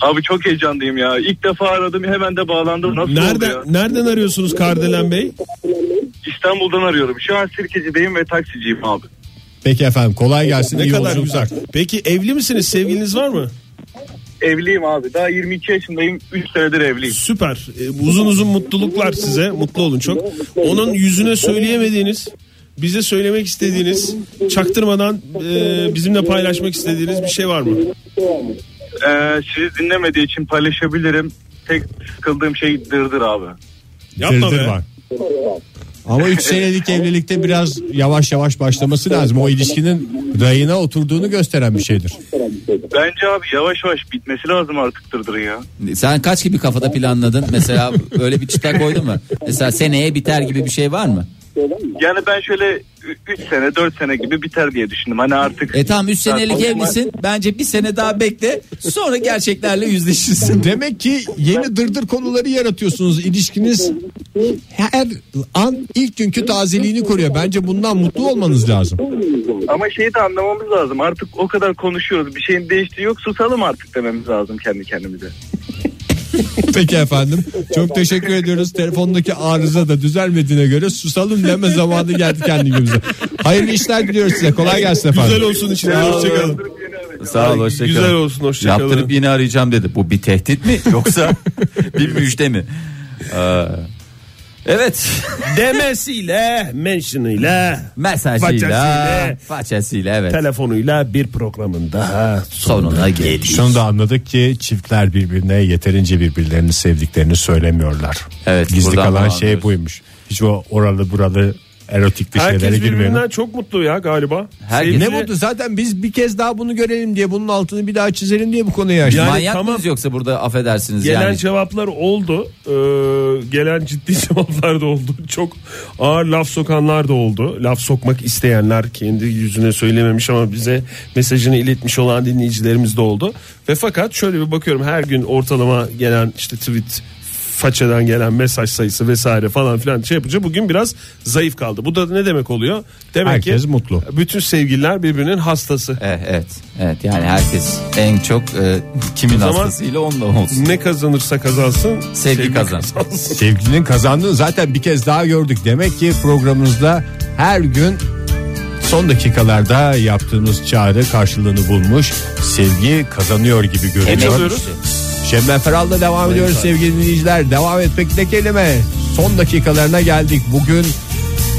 S8: Abi çok heyecanlıyım ya. İlk defa aradım hemen de bağlandım. Nasıl oldu ya?
S4: Nereden, nereden arıyorsunuz Kardelen Bey?
S8: İstanbul'dan arıyorum. Şu an Sirkeci'deyim ve taksiciyim abi.
S3: Peki efendim kolay gelsin.
S4: Ne
S3: iyi
S4: kadar
S3: yolculuklar.
S4: güzel. Peki evli misiniz? Sevgiliniz var mı?
S8: Evliyim abi. Daha 22 yaşındayım. 3 senedir evliyim.
S4: Süper. Ee, uzun uzun mutluluklar size. Mutlu olun çok. Onun yüzüne söyleyemediğiniz, bize söylemek istediğiniz, çaktırmadan e, bizimle paylaşmak istediğiniz bir şey var mı?
S8: Ee, sizi dinlemediği için paylaşabilirim. Tek sıkıldığım şey dırdır abi.
S4: Yapma
S3: Dırdır
S4: be.
S3: var. Ama 3 senelik evlilikte biraz yavaş yavaş başlaması lazım. O ilişkinin rayına oturduğunu gösteren bir şeydir.
S8: Bence abi yavaş yavaş bitmesi lazım artık dırdırın ya.
S2: Sen kaç gibi kafada planladın? Mesela öyle bir çıta koydun mu? Mesela seneye biter gibi bir şey var mı?
S8: Yani ben şöyle 3 sene 4 sene gibi biter diye düşündüm. Hani artık
S2: E tamam 3 senelik
S8: Ben-
S2: evlisin. Bence bir sene daha bekle. Sonra gerçeklerle yüzleşirsin.
S3: Demek ki yeni dırdır konuları yaratıyorsunuz. İlişkiniz her an ilk günkü tazeliğini koruyor. Bence bundan mutlu olmanız lazım.
S8: ama şeyi de anlamamız lazım. Artık o kadar konuşuyoruz. Bir şeyin değiştiği yok. Susalım artık dememiz lazım kendi kendimize.
S3: Peki efendim. Çok teşekkür ediyoruz. Telefondaki arıza da düzelmediğine göre susalım deme zamanı geldi kendimize. Hayırlı işler diliyoruz size. Kolay gelsin efendim.
S4: Güzel olsun içine. Hoşçakalın.
S2: Sağ ol
S4: Güzel olsun. Hoşçakalın.
S2: Yaptırıp yine arayacağım dedi. Bu bir tehdit mi yoksa bir müjde mi? Aa, Evet.
S4: Demesiyle, mentionıyla,
S2: Mesajıyla,
S4: Façasıyla.
S2: façasıyla evet.
S4: telefonuyla bir programın daha
S2: Sonuna geldik.
S3: Sonunda anladık ki çiftler birbirine yeterince birbirlerini sevdiklerini söylemiyorlar.
S2: Evet,
S3: Gizli
S2: buradan
S3: kalan
S2: bunu
S3: şey
S2: anlıyoruz.
S3: buymuş. Hiç o oralı buralı erotik bir
S4: Herkes
S3: şeylere girmeyelim.
S4: birbirinden çok mutlu ya galiba.
S2: Herkes-
S3: E Ne mutlu zaten biz bir kez daha bunu görelim diye bunun altını bir daha çizelim diye bu konuyu açtık.
S4: Yani
S2: Manyak
S4: tamam.
S2: mıyız yoksa burada affedersiniz
S4: Gelen
S2: yani.
S4: cevaplar oldu. Ee, gelen ciddi cevaplar da oldu. Çok ağır laf sokanlar da oldu. Laf sokmak isteyenler kendi yüzüne söylememiş ama bize mesajını iletmiş olan dinleyicilerimiz de oldu. Ve fakat şöyle bir bakıyorum her gün ortalama gelen işte tweet façeden gelen mesaj sayısı vesaire falan filan şey yapınca bugün biraz zayıf kaldı. Bu da ne demek oluyor? Demek
S3: Herkes
S4: ki
S3: mutlu.
S4: bütün sevgililer birbirinin hastası.
S2: Evet, evet, evet. Yani herkes en çok e, kimin
S4: zaman-
S2: hastasıyla onda olsun.
S4: Ne kazanırsa kazansın
S2: Sevgi kazan.
S4: kazansın.
S3: Sevgilinin kazandığını zaten bir kez daha gördük. Demek ki programımızda her gün son dakikalarda yaptığımız çağrı karşılığını bulmuş. Sevgi kazanıyor gibi görünüyor.
S4: Oluyoruz.
S3: Şebnem Feral'la devam ediyoruz sevgili dinleyiciler. Devam etmek ne kelime. Son dakikalarına geldik. Bugün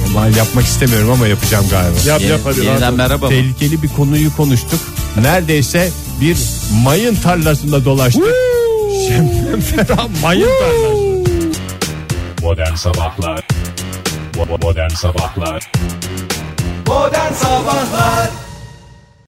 S3: Aman yapmak istemiyorum ama yapacağım galiba.
S4: Yap yap
S2: Yeni-
S4: hadi. rahat
S2: yeniden
S4: ol.
S2: merhaba. mı?
S3: Tehlikeli bir konuyu konuştuk. Neredeyse bir mayın tarlasında dolaştık. Şebnem Ferah mayın tarlası.
S1: Modern Sabahlar Bo- bo- Modern Sabahlar
S7: Modern Sabahlar